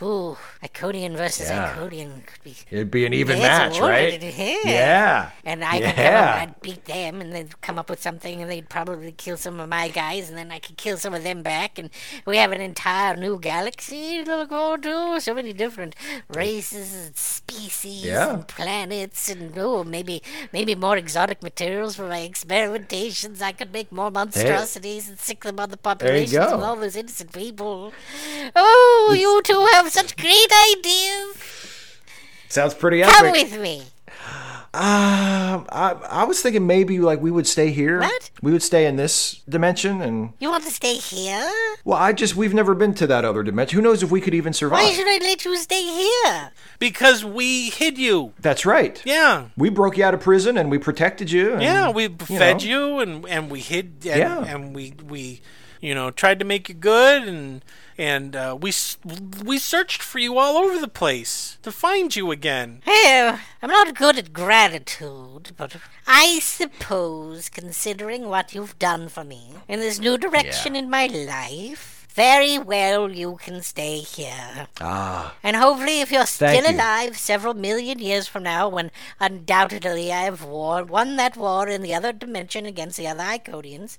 Speaker 4: ooh, Iconian versus
Speaker 2: Yeah.
Speaker 4: Iconian could be.
Speaker 2: It'd be an even
Speaker 4: Yes,
Speaker 2: match,
Speaker 4: would,
Speaker 2: right?
Speaker 4: yeah.
Speaker 2: Yeah.
Speaker 4: And I could come up
Speaker 2: Yeah.
Speaker 4: and I'd beat them, and they'd come up with something, and they'd probably kill some of my guys, and then I could kill some of them back, and we have an entire new galaxy to look forward to. So many different races and species
Speaker 2: Yeah.
Speaker 4: and planets, and oh, maybe maybe more exotic materials for my experimentation. mutations. I could make more monstrosities and sick them on the populations
Speaker 2: go.
Speaker 4: of all those innocent people. Oh, you two have such great ideas.
Speaker 2: Sounds pretty
Speaker 4: Come
Speaker 2: epic.
Speaker 4: with me.
Speaker 2: Um, I, I was thinking maybe like we would stay here.
Speaker 4: What?
Speaker 2: We would stay in this dimension, and
Speaker 4: You want to stay here?
Speaker 2: well, I just we've never been to that other dimension. Who knows if we could even survive?
Speaker 4: Why should I let you stay here?
Speaker 1: Because we hid you.
Speaker 2: That's right.
Speaker 1: Yeah.
Speaker 2: We broke you out of prison and we protected you. and-
Speaker 1: Yeah, we fed
Speaker 2: know.
Speaker 1: you and and we hid and,
Speaker 2: Yeah.
Speaker 1: and we we you know tried to make you good and and uh, we s- we searched for you all over the place to find you again.
Speaker 4: Well, I'm not good at gratitude, but I suppose, considering what you've done for me in this new direction in my life, very well you can stay here.
Speaker 2: Ah,
Speaker 4: And hopefully, if you're still
Speaker 2: Thank you.
Speaker 4: alive several million years from now, when undoubtedly I have war, won that war in the other dimension against the other Icodians,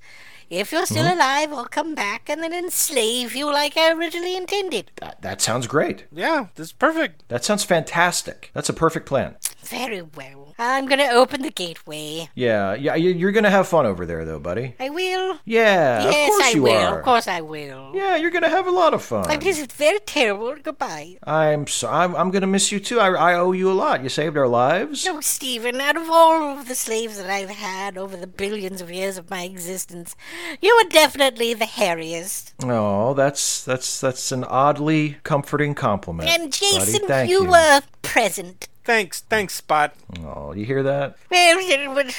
Speaker 4: if you're still
Speaker 2: Mm-hmm.
Speaker 4: alive, I'll come back and then enslave you like I originally intended.
Speaker 2: that, that sounds great.
Speaker 1: Yeah, that's perfect.
Speaker 2: That sounds fantastic. That's a perfect plan.
Speaker 4: Very well. I'm going to open the gateway.
Speaker 2: Yeah, yeah. you- You're gonna have fun over there, though, buddy.
Speaker 4: I will.
Speaker 2: Yeah, of
Speaker 4: yes,
Speaker 2: course
Speaker 4: I
Speaker 2: you
Speaker 4: will.
Speaker 2: are.
Speaker 4: Of course, I will.
Speaker 2: Yeah, you're gonna have a lot of fun.
Speaker 4: But this is very terrible. Goodbye.
Speaker 2: I'm so I'm, I'm gonna miss you too. I, I owe you a lot. You saved our lives.
Speaker 4: No, Stephen, out of all of the slaves that I've had over the billions of years of my existence, you were definitely the hairiest.
Speaker 2: Oh, that's that's that's an oddly comforting compliment.
Speaker 4: And Jason,
Speaker 2: buddy. Thank
Speaker 4: you,
Speaker 2: you
Speaker 4: were present.
Speaker 1: Thanks, thanks, Spot.
Speaker 2: Oh, you hear that?
Speaker 4: Well, it would-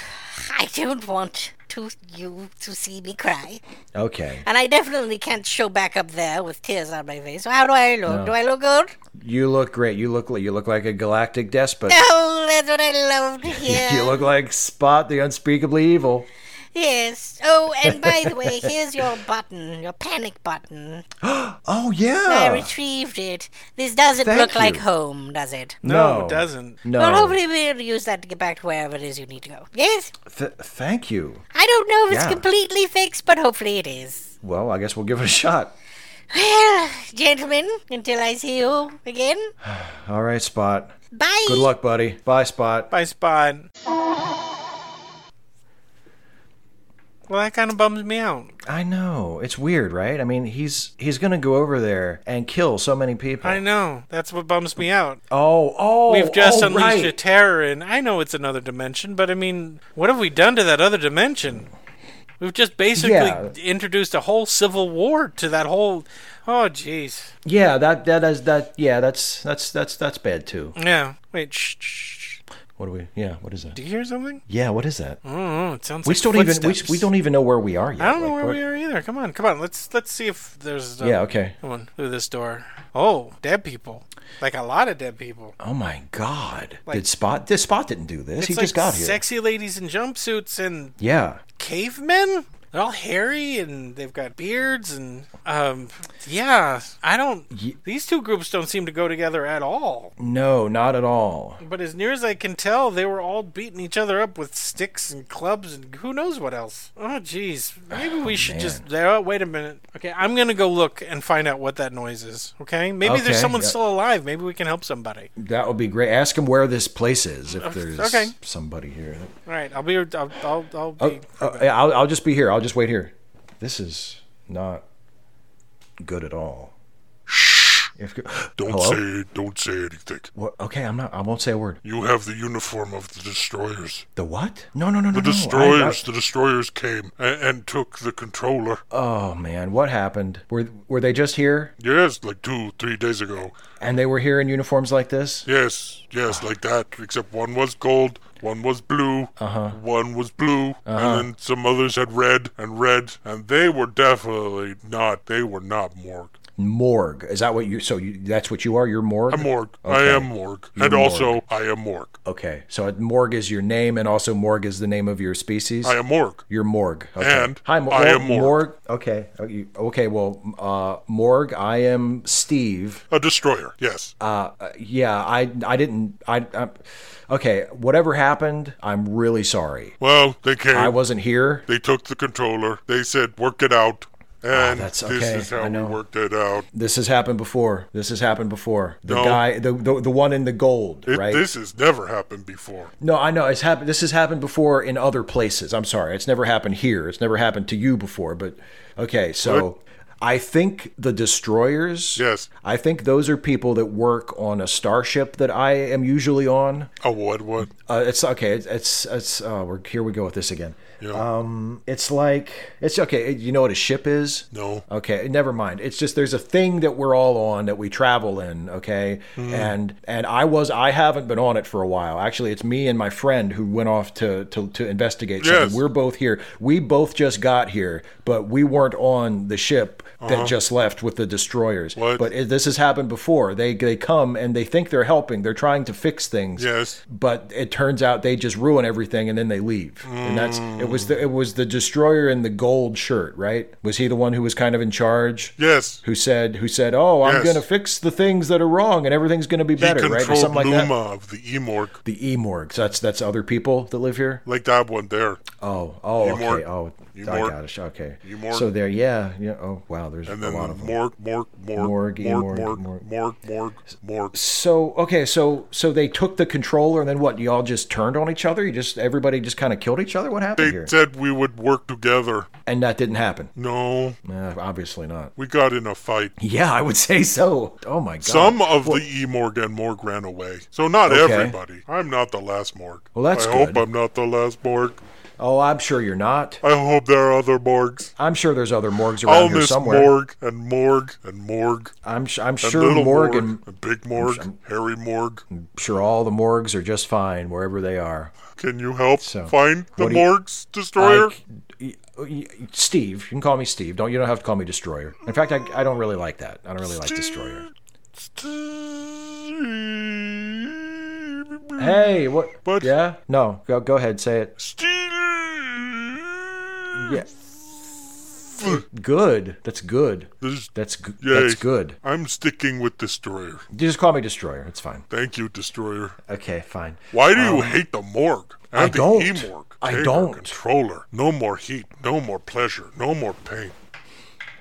Speaker 4: I don't want to you to see me cry.
Speaker 2: Okay.
Speaker 4: And I definitely can't show back up there with tears on my face. So how do I look? Do I look good?
Speaker 2: You look great. You look like you look like a galactic despot.
Speaker 4: Oh, that's what I love to hear.
Speaker 2: You look like Spot the unspeakably evil.
Speaker 4: Yes. Oh, and by the way, here's your button, your panic button.
Speaker 2: Oh yeah.
Speaker 4: I retrieved it. This doesn't
Speaker 2: Thank
Speaker 4: look like
Speaker 2: you.
Speaker 4: home, does it?
Speaker 1: No,
Speaker 2: No.
Speaker 1: it doesn't.
Speaker 2: no.
Speaker 4: Well, hopefully we'll use that to get back to wherever it is you need to go. Yes?
Speaker 2: Th- thank you.
Speaker 4: I don't know if it's
Speaker 2: Yeah.
Speaker 4: completely fixed, but hopefully it is.
Speaker 2: Well, I guess we'll give it a shot.
Speaker 4: Well, gentlemen, until I see you again,
Speaker 2: All right, Spot.
Speaker 4: bye.
Speaker 2: Good luck, buddy. Bye, Spot.
Speaker 1: Bye, Spot. Well, that kind of bums me out.
Speaker 2: I know. It's weird, right? I mean, he's he's going to go over there and kill so many people.
Speaker 1: I know. That's what bums me out.
Speaker 2: Oh, oh.
Speaker 1: We've just
Speaker 2: oh,
Speaker 1: unleashed
Speaker 2: right.
Speaker 1: a terror, and I know it's another dimension, but I mean, what have we done to that other dimension? We've just basically
Speaker 2: Yeah.
Speaker 1: introduced a whole civil war to that whole. Oh, jeez.
Speaker 2: Yeah, that that is that yeah, that's that's that's that's bad too.
Speaker 1: Yeah. Wait. Shh, shh, shh.
Speaker 2: What do we Yeah, what is that?
Speaker 1: Do you hear something?
Speaker 2: Yeah, what is that?
Speaker 1: I don't know. It sounds.
Speaker 2: We
Speaker 1: like
Speaker 2: still don't even we,
Speaker 1: Hmm? footsteps.
Speaker 2: we don't even know where we are yet.
Speaker 1: I don't know
Speaker 2: Like,
Speaker 1: where
Speaker 2: what-
Speaker 1: we are either. Come on, come on. Let's let's see if there's. uh,
Speaker 2: Yeah, okay.
Speaker 1: Come on through this door. Oh, dead people. Like a lot of dead people.
Speaker 2: Oh my god. did Spot this Spot didn't do this.
Speaker 1: It's
Speaker 2: He
Speaker 1: like
Speaker 2: just got here.
Speaker 1: sexy ladies in jumpsuits and
Speaker 2: Yeah.
Speaker 1: cavemen. They're all hairy and they've got beards and um yeah, I don't these two groups don't seem to go together at all.
Speaker 2: No, not at all.
Speaker 1: But as near as I can tell, they were all beating each other up with sticks and clubs and who knows what else. Oh jeez. Maybe we should just there oh, wait a minute. Okay, I'm going to go look and find out what that noise is, okay? Maybe
Speaker 2: Okay,
Speaker 1: there's someone
Speaker 2: yeah.
Speaker 1: still alive. Maybe we can help somebody.
Speaker 2: That would be great. Ask him where this place is if there's
Speaker 1: okay.
Speaker 2: somebody here.
Speaker 1: All right, I'll be I'll I'll, I'll be
Speaker 2: Oh, oh, yeah, I'll, I'll just be here. I'll just wait here. This is not good at all. If,
Speaker 5: Don't
Speaker 2: hello?
Speaker 5: say don't say anything.
Speaker 2: What- okay, I'm not. I won't say a word.
Speaker 5: You have the uniform of the destroyers.
Speaker 2: The what? No, no, no, no. no.
Speaker 5: The
Speaker 2: I- I-
Speaker 5: destroyers, the destroyers came and, and took the controller.
Speaker 2: oh man, what happened? Were were they just here?
Speaker 5: Yes, like two, three days ago.
Speaker 2: And they were here in uniforms like this?
Speaker 5: Yes, yes, like that. Except one was gold, one was blue, uh-huh. one was blue,
Speaker 2: Uh-huh.
Speaker 5: and then some others had red and red, and they were definitely not. They were not Morg.
Speaker 2: Morgue. Is that what you? So you, that's what you are. You're morgue.
Speaker 5: I'm Morg. I
Speaker 2: Okay.
Speaker 5: am Morg, and also I am Morg.
Speaker 2: Okay. So morgue is your name, and also morgue is the name of your species.
Speaker 5: I am Morg.
Speaker 2: Your morgue. Okay.
Speaker 5: And
Speaker 2: Hi, Mo-
Speaker 5: I
Speaker 2: oh,
Speaker 5: am Morg.
Speaker 2: Okay. Oh, you- Okay. Well, uh, morgue. I am Steve.
Speaker 5: A destroyer. Yes.
Speaker 2: Uh, uh, yeah. I. I didn't. I. I okay. Whatever happened. I'm really sorry.
Speaker 5: well, they came.
Speaker 2: I wasn't here.
Speaker 5: They took the controller. They said, work it out. And
Speaker 2: Ah, that's
Speaker 5: this
Speaker 2: okay.
Speaker 5: is how
Speaker 2: I
Speaker 5: we
Speaker 2: know.
Speaker 5: worked it out.
Speaker 2: This has happened before. This has happened before. The
Speaker 5: No.
Speaker 2: guy, the, the the one in the gold,
Speaker 5: It,
Speaker 2: right?
Speaker 5: This has never happened before.
Speaker 2: no, I know it's happened. This has happened before in other places. I'm sorry, it's never happened here. It's never happened to you before. But okay, so
Speaker 5: What?
Speaker 2: I think the destroyers.
Speaker 5: Yes.
Speaker 2: I think those are people that work on a starship that I am usually on.
Speaker 5: Oh, what? What?
Speaker 2: Uh, it's okay. It's it's, it's oh, we're here. We go with this again.
Speaker 5: Yeah.
Speaker 2: Um, it's like it's okay. You know what a ship is?
Speaker 5: no.
Speaker 2: Okay, never mind. It's just there's a thing that we're all on that we travel in, okay?
Speaker 5: Hmm.
Speaker 2: And and I was I haven't been on it for a while. Actually, it's me and my friend who went off to to, to investigate
Speaker 5: Yes.
Speaker 2: something. We're both here. We both just got here, but we weren't on the ship that just left with the destroyers.
Speaker 5: Uh-huh. What?
Speaker 2: But it, this has happened before. They they come and they think they're helping. They're trying to fix things
Speaker 5: Yes.
Speaker 2: but it turns out they just ruin everything and then they leave. And that's it was the it was the destroyer in the gold shirt, right? Was he the one who was kind of in charge?
Speaker 5: Yes.
Speaker 2: Who said who said, "Oh, I'm
Speaker 5: Yes.
Speaker 2: going to fix the things that are wrong and everything's going to be
Speaker 5: He
Speaker 2: better," right? Or
Speaker 5: controlled
Speaker 2: something like
Speaker 5: Luma
Speaker 2: that.
Speaker 5: of the Emorg,
Speaker 2: The Emorgs. That's that's other people that live here.
Speaker 5: like that one there.
Speaker 2: Oh, oh,
Speaker 5: Emorg.
Speaker 2: okay. Oh,
Speaker 5: Emorg.
Speaker 2: I got it. Okay.
Speaker 5: Emorg.
Speaker 2: So there, yeah, yeah. Oh, wow. There's
Speaker 5: And
Speaker 2: a
Speaker 5: then the
Speaker 2: lot of them.
Speaker 5: Morg, Morg, Morg,
Speaker 2: Morg,
Speaker 5: Morg,
Speaker 2: Emorg,
Speaker 5: Morg, Morg, Morg, Morg.
Speaker 2: So okay, so so they took the controller, and then what? Y'all just turned on each other. You just everybody just kind of killed each other. What happened
Speaker 5: They
Speaker 2: here?
Speaker 5: said we would work together.
Speaker 2: and that didn't happen.
Speaker 5: No,
Speaker 2: Uh, obviously not.
Speaker 5: we got in a fight.
Speaker 2: Yeah, I would say so. Oh my god.
Speaker 5: Some of the E Morg and Morg ran away. So not
Speaker 2: Okay.
Speaker 5: everybody. I'm not the last Morg.
Speaker 2: Well, that's
Speaker 5: I
Speaker 2: good.
Speaker 5: hope I'm not the last Morg.
Speaker 2: Oh, I'm sure you're not.
Speaker 5: I hope there are other Morgs.
Speaker 2: I'm sure there's other morgues around
Speaker 5: I'll
Speaker 2: here
Speaker 5: miss
Speaker 2: somewhere.
Speaker 5: Morg and Morg and Morg
Speaker 2: I'm sh- I'm
Speaker 5: and
Speaker 2: sure
Speaker 5: little
Speaker 2: Morg
Speaker 5: Morg
Speaker 2: and
Speaker 5: and big Morg, Harry Morg.
Speaker 2: I'm sure all the morgues are just fine wherever they are.
Speaker 5: Can you help
Speaker 2: So,
Speaker 5: find the
Speaker 2: what do you-
Speaker 5: Morg's destroyer?
Speaker 2: Like, y- y- Steve, you can call me Steve. Don't you don't have to call me Destroyer. In fact, I, I don't really like that. I don't really like Destroyer.
Speaker 5: Steve.
Speaker 2: Hey, what?
Speaker 5: But-
Speaker 2: yeah, no. Go go ahead, say it.
Speaker 5: Steve.
Speaker 2: Yeah. Good. That's good.
Speaker 5: This-
Speaker 2: That's g-
Speaker 5: Yay.
Speaker 2: that's good.
Speaker 5: I'm sticking with Destroyer.
Speaker 2: You just call me Destroyer. It's fine.
Speaker 5: Thank you, Destroyer.
Speaker 2: Okay, fine.
Speaker 5: Why do you hate the morgue? And
Speaker 2: Um, I
Speaker 5: the
Speaker 2: don't.
Speaker 5: E-morgue?
Speaker 2: I
Speaker 5: Take our
Speaker 2: don't.
Speaker 5: Controller. No more heat. No more pleasure. No more pain.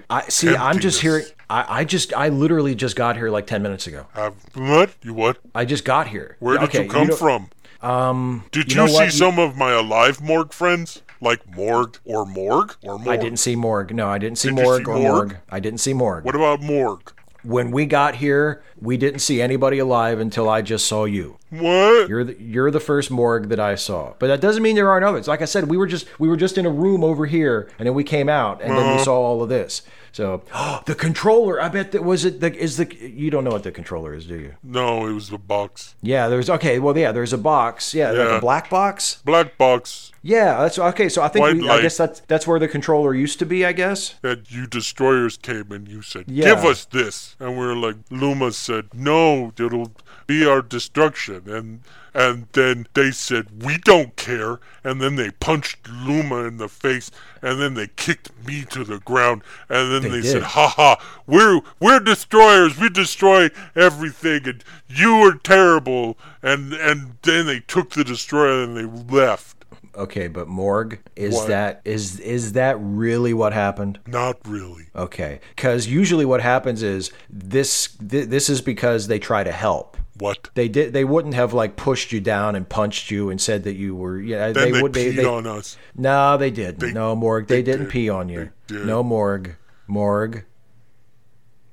Speaker 2: I see. I'm just
Speaker 5: Emptiness.
Speaker 2: hearing. I, I just. I literally just got here like ten minutes ago.
Speaker 5: Have what? You what?
Speaker 2: I just got here.
Speaker 5: Where did
Speaker 2: Okay,
Speaker 5: you come
Speaker 2: don't-
Speaker 5: from? Um. Did
Speaker 2: you
Speaker 5: you,
Speaker 2: know
Speaker 5: see
Speaker 2: what? You-
Speaker 5: some of my alive morgue friends, like morgue or morgue or morgue?
Speaker 2: I didn't see Morg. No, I didn't see
Speaker 5: Did you
Speaker 2: Morg
Speaker 5: see
Speaker 2: or
Speaker 5: Morg?
Speaker 2: Morg. I didn't see Morg.
Speaker 5: What about morgue?
Speaker 2: When we got here, we didn't see anybody alive until I just saw you.
Speaker 5: What?
Speaker 2: You're the, you're the first Morg that I saw. But that doesn't mean there aren't others. Like I said, we were just we were just in a room over here, and then we came out, and then
Speaker 5: Uh-huh.
Speaker 2: we saw all of this. So the controller. I bet that was it. The, is the you don't know what the controller is, do you?
Speaker 5: no, it was the box.
Speaker 2: Yeah, there's okay. Well, yeah, there's a box. Yeah, like
Speaker 5: Yeah.
Speaker 2: a black box.
Speaker 5: Black box
Speaker 2: Yeah, that's okay. So I
Speaker 5: White
Speaker 2: think we, I
Speaker 5: light.
Speaker 2: guess that's that's where the controller used to be. I guess.
Speaker 5: that you destroyers came and you said,
Speaker 2: Yeah.
Speaker 5: "Give us this," and we are like, Luma said, "No, it'll be our destruction," and and then they said, "We don't care," and then they punched Luma in the face, and then they kicked me to the ground, and then they,
Speaker 2: They
Speaker 5: said,
Speaker 2: did.
Speaker 5: "Ha ha, we're we're destroyers. We destroy everything, and you are terrible," and and then they took the destroyer and they left.
Speaker 2: Okay, but Morg is
Speaker 5: What?
Speaker 2: that is is that really what happened?
Speaker 5: Not really.
Speaker 2: Okay, because usually what happens is this th- this is because they try to help.
Speaker 5: What?
Speaker 2: They did. They wouldn't have like pushed you down and punched you and said that you were. Yeah,
Speaker 5: Then they,
Speaker 2: would.
Speaker 5: peed on us.
Speaker 2: No, they didn't. no, Morg. They, didn't
Speaker 5: did.
Speaker 2: pee on you.
Speaker 5: They did.
Speaker 2: No, Morg. Morg.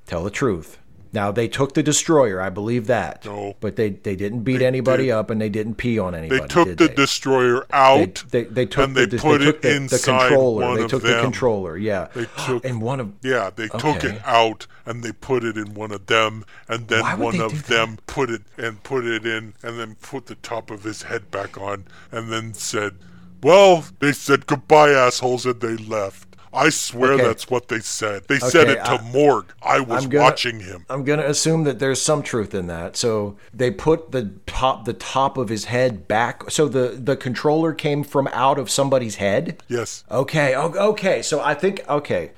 Speaker 2: Tell the truth. Now they took the destroyer. I believe that.
Speaker 5: No.
Speaker 2: But they, they didn't beat anybody up, and they didn't pee on
Speaker 5: They
Speaker 2: anybody.
Speaker 5: took
Speaker 2: did
Speaker 5: the
Speaker 2: they?
Speaker 5: destroyer out.
Speaker 2: They, they took
Speaker 5: and
Speaker 2: the,
Speaker 5: they
Speaker 2: dis-
Speaker 5: put
Speaker 2: they took
Speaker 5: it
Speaker 2: the, the
Speaker 5: inside
Speaker 2: controller.
Speaker 5: one
Speaker 2: they
Speaker 5: of
Speaker 2: took the
Speaker 5: them.
Speaker 2: controller. Yeah.
Speaker 5: They took-
Speaker 2: and one of
Speaker 5: yeah, they took
Speaker 2: Okay.
Speaker 5: it out and they put it in one of them, and then
Speaker 2: Why would
Speaker 5: one
Speaker 2: they do
Speaker 5: of them put it and put it in, and then put the top of his head back on, and then said, "Well, they said goodbye, assholes," and they left. I swear
Speaker 2: Okay.
Speaker 5: that's what they said. They said
Speaker 2: Okay,
Speaker 5: it to
Speaker 2: I-
Speaker 5: Morg. I was
Speaker 2: I'm gonna-
Speaker 5: watching him.
Speaker 2: I'm gonna assume that there's some truth in that. So they put the top the top of his head back. So the the controller came from out of somebody's head.
Speaker 5: Yes.
Speaker 2: Okay. o- Okay. So I think. Okay.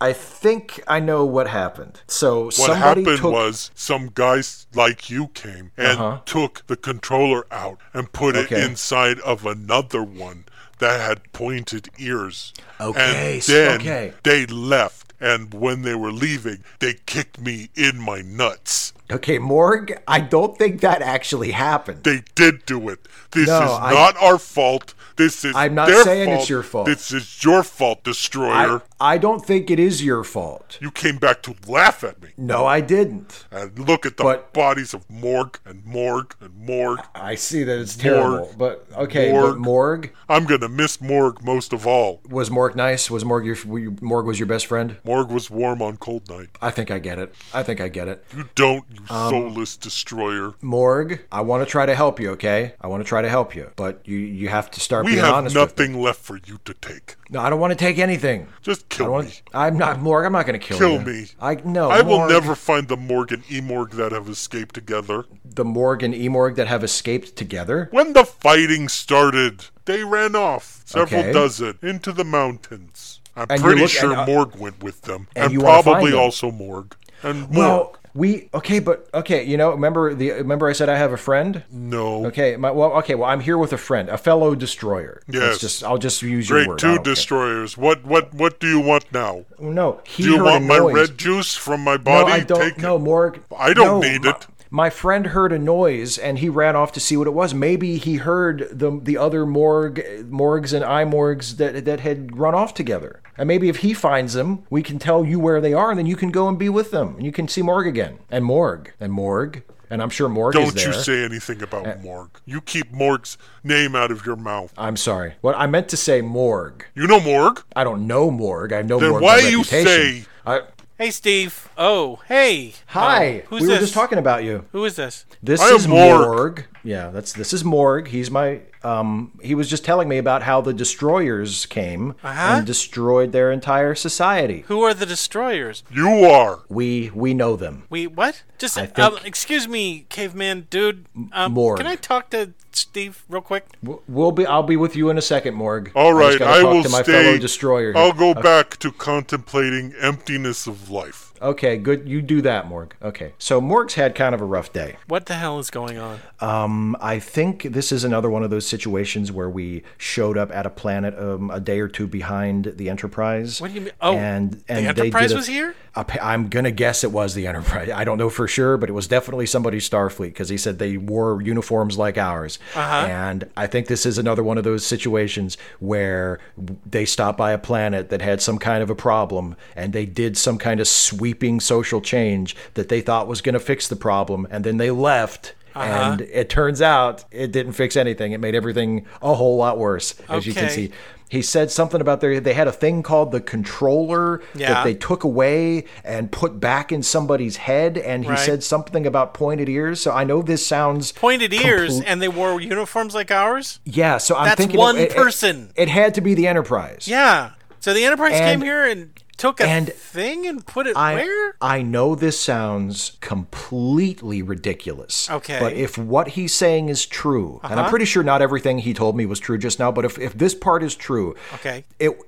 Speaker 2: I think I know what happened. So
Speaker 5: What
Speaker 2: somebody
Speaker 5: happened
Speaker 2: took. Uh-huh.
Speaker 5: was some guys like you came and took the controller out and put
Speaker 2: Okay.
Speaker 5: it inside of another one that had pointed ears.
Speaker 2: Okay,
Speaker 5: And
Speaker 2: s-
Speaker 5: then
Speaker 2: okay.
Speaker 5: they left. and when they were leaving, they kicked me in my nuts.
Speaker 2: Okay, Morg, I don't think that actually happened.
Speaker 5: They did do it. This
Speaker 2: No,
Speaker 5: is
Speaker 2: I-
Speaker 5: not our fault. This is
Speaker 2: I'm not
Speaker 5: their
Speaker 2: saying it's your fault.
Speaker 5: This is your fault, destroyer.
Speaker 2: I, I don't think it is your fault.
Speaker 5: you came back to laugh at me
Speaker 2: No, I didn't.
Speaker 5: and look at the
Speaker 2: But-
Speaker 5: bodies of Morg and Morg and Morg.
Speaker 2: I see that it's terrible,
Speaker 5: Morg.
Speaker 2: but okay,
Speaker 5: Morg.
Speaker 2: but Morg
Speaker 5: I'm gonna miss Morg most of all.
Speaker 2: was Morg nice? Was Morg your were you- Morg was your best friend?
Speaker 5: Morg was warm on cold night.
Speaker 2: I think I get it. I think I get it.
Speaker 5: You don't, you
Speaker 2: Um,
Speaker 5: soulless destroyer.
Speaker 2: Morg, I want to try to help you, okay? I want to try to help you, but you you have to start
Speaker 5: We
Speaker 2: being
Speaker 5: have
Speaker 2: honest with me.
Speaker 5: nothing left for you to take.
Speaker 2: No, I don't want to take anything.
Speaker 5: Just
Speaker 2: I
Speaker 5: kill me.
Speaker 2: want I'm not Morg, I'm not going to kill,
Speaker 5: Kill
Speaker 2: you.
Speaker 5: me.
Speaker 2: I no.
Speaker 5: I will
Speaker 2: Morg.
Speaker 5: never find the Morg and Emorg that have escaped together.
Speaker 2: the Morg and Emorg that have escaped together.
Speaker 5: When the fighting started, they ran off, several
Speaker 2: Okay.
Speaker 5: dozen, into the mountains. I'm
Speaker 2: And you
Speaker 5: pretty
Speaker 2: look-
Speaker 5: sure
Speaker 2: and, uh,
Speaker 5: Morg went with them,
Speaker 2: and
Speaker 5: and,
Speaker 2: you wanna find
Speaker 5: probably
Speaker 2: them.
Speaker 5: also Morg. And Morg.
Speaker 2: Well, we okay, but okay, you know, remember the remember I said I have a friend?
Speaker 5: Mm. no.
Speaker 2: Okay, my, well, okay, well, I'm here with a friend, a fellow destroyer. Let's
Speaker 5: Yes.
Speaker 2: just I'll just use your
Speaker 5: Great
Speaker 2: word. I
Speaker 5: two
Speaker 2: don't care.
Speaker 5: destroyers. What what what do you want now?
Speaker 2: No, he
Speaker 5: Do you
Speaker 2: heard
Speaker 5: want
Speaker 2: a
Speaker 5: my
Speaker 2: noise.
Speaker 5: red juice from my
Speaker 2: No,
Speaker 5: body?
Speaker 2: I don't.
Speaker 5: Take
Speaker 2: no,
Speaker 5: it.
Speaker 2: Morg.
Speaker 5: I
Speaker 2: no,
Speaker 5: don't need
Speaker 2: my,
Speaker 5: it.
Speaker 2: My friend heard a noise and he ran off to see what it was. Maybe he heard the the other Morg, Morgs and I Morgs that that had run off together. And maybe if he finds them, we can tell you where they are, and then you can go and be with them, and you can see Morg again, and Morg, and Morg, and I'm sure Morg is
Speaker 5: Don't
Speaker 2: there. Eh.
Speaker 5: you say anything about Morg. You keep Morg's name out of your mouth.
Speaker 2: I'm sorry. What I meant to say, Morg.
Speaker 5: You know Morg.
Speaker 2: I don't know Morg. I know
Speaker 5: Then
Speaker 2: Morg.
Speaker 5: why you say-
Speaker 2: I,
Speaker 1: Hey, Steve. Oh, hey.
Speaker 2: hi?
Speaker 1: Uh, who's
Speaker 2: we
Speaker 1: this?
Speaker 2: were just talking about you.
Speaker 1: Who is this?
Speaker 2: This
Speaker 5: I am
Speaker 2: is
Speaker 5: Morg.
Speaker 2: Morg. Yeah, that's this is Morg. He's my um he was just telling me about how the destroyers came
Speaker 1: Uh-huh.
Speaker 2: and destroyed their entire society.
Speaker 1: Who are the destroyers?
Speaker 5: You are.
Speaker 2: We we know them.
Speaker 1: We what? Just
Speaker 2: I
Speaker 1: um,
Speaker 2: think-
Speaker 1: excuse me, caveman dude. Um,
Speaker 2: Morg.
Speaker 1: Can I talk to Steve real quick?
Speaker 2: W- We'll be I'll be with you in a second, Morg.
Speaker 5: All
Speaker 2: I just
Speaker 5: right,
Speaker 2: gotta
Speaker 5: I
Speaker 2: talk
Speaker 5: will
Speaker 2: to my
Speaker 5: stay.
Speaker 2: fellow destroyer. here.
Speaker 5: I'll go back to contemplating emptiness of life.
Speaker 2: Okay, good. You do that, Morg. Okay. So Morg's had kind of a rough day.
Speaker 1: What the hell is going on?
Speaker 2: Um, I think this is another one of those situations where we showed up at a planet um, a day or two behind the Enterprise.
Speaker 1: What do you mean? Oh,
Speaker 2: and, and they
Speaker 1: Enterprise
Speaker 2: did a-
Speaker 1: was here?
Speaker 2: a pa- I'm gonna guess it was the Enterprise. I don't know for sure, but it was definitely somebody Starfleet because he said they wore uniforms like ours.
Speaker 1: Uh-huh.
Speaker 2: And I think this is another one of those situations where they stopped by a planet that had some kind of a problem, and they did some kind of sweeping social change that they thought was gonna fix the problem, and then they left.
Speaker 1: Uh-huh.
Speaker 2: And it turns out it didn't fix anything. It made everything a whole lot worse, as you can
Speaker 1: Okay.
Speaker 2: see. He said something about their they had a thing called the controller
Speaker 1: Yeah.
Speaker 2: that they took away and put back in somebody's head and he
Speaker 1: Right.
Speaker 2: said something about pointed ears so i know this sounds
Speaker 1: Pointed ears,
Speaker 2: complete-
Speaker 1: and they wore uniforms like ours.
Speaker 2: yeah so i'm
Speaker 1: That's
Speaker 2: thinking
Speaker 1: one
Speaker 2: it- it-
Speaker 1: person.
Speaker 2: it, had to be the enterprise
Speaker 1: Yeah. So the Enterprise came
Speaker 2: And-
Speaker 1: here and took a
Speaker 2: and
Speaker 1: thing and put it
Speaker 2: I,
Speaker 1: where?
Speaker 2: I know this sounds completely ridiculous.
Speaker 1: Okay. Uh-huh.
Speaker 2: But if what he's saying is true, and I'm pretty sure not everything he told me was true just now, but if, if this part is true,
Speaker 1: Okay.
Speaker 2: it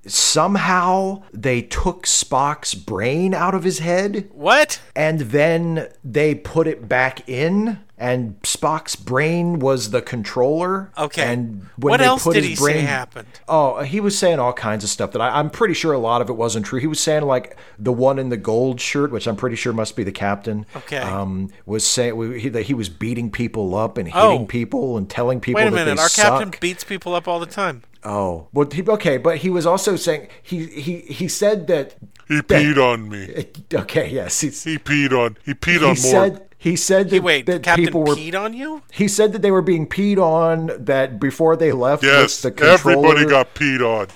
Speaker 2: somehow they took Spock's brain out of his head
Speaker 1: What?
Speaker 2: and then they put it back in and Spock's brain was the controller.
Speaker 1: Okay.
Speaker 2: And when
Speaker 1: what
Speaker 2: they
Speaker 1: else
Speaker 2: put
Speaker 1: did
Speaker 2: his
Speaker 1: he
Speaker 2: brain,
Speaker 1: say happened?
Speaker 2: Oh, he was saying all kinds of stuff that I, I'm pretty sure a lot of it wasn't true. He was saying like the one in the gold shirt, which I'm pretty sure must be the captain.
Speaker 1: Okay.
Speaker 2: Um, was saying he, that he was beating people up and hitting
Speaker 1: Oh.
Speaker 2: people and telling people
Speaker 1: Wait a
Speaker 2: that
Speaker 1: minute.
Speaker 2: they
Speaker 1: Our
Speaker 2: suck.
Speaker 1: captain beats people up all the time.
Speaker 2: Oh, well, he, okay, but he was also saying he he he said that.
Speaker 5: He peed on me.
Speaker 2: Okay, yes, he's,
Speaker 5: He peed on. He
Speaker 2: he
Speaker 5: peed on Morg.
Speaker 2: said he said that,
Speaker 1: Wait, the
Speaker 2: that
Speaker 1: captain
Speaker 2: people were
Speaker 1: peed on you?
Speaker 2: he said that they were being peed on that before they left. with
Speaker 5: Yes,
Speaker 2: the controller,
Speaker 5: everybody got peed on.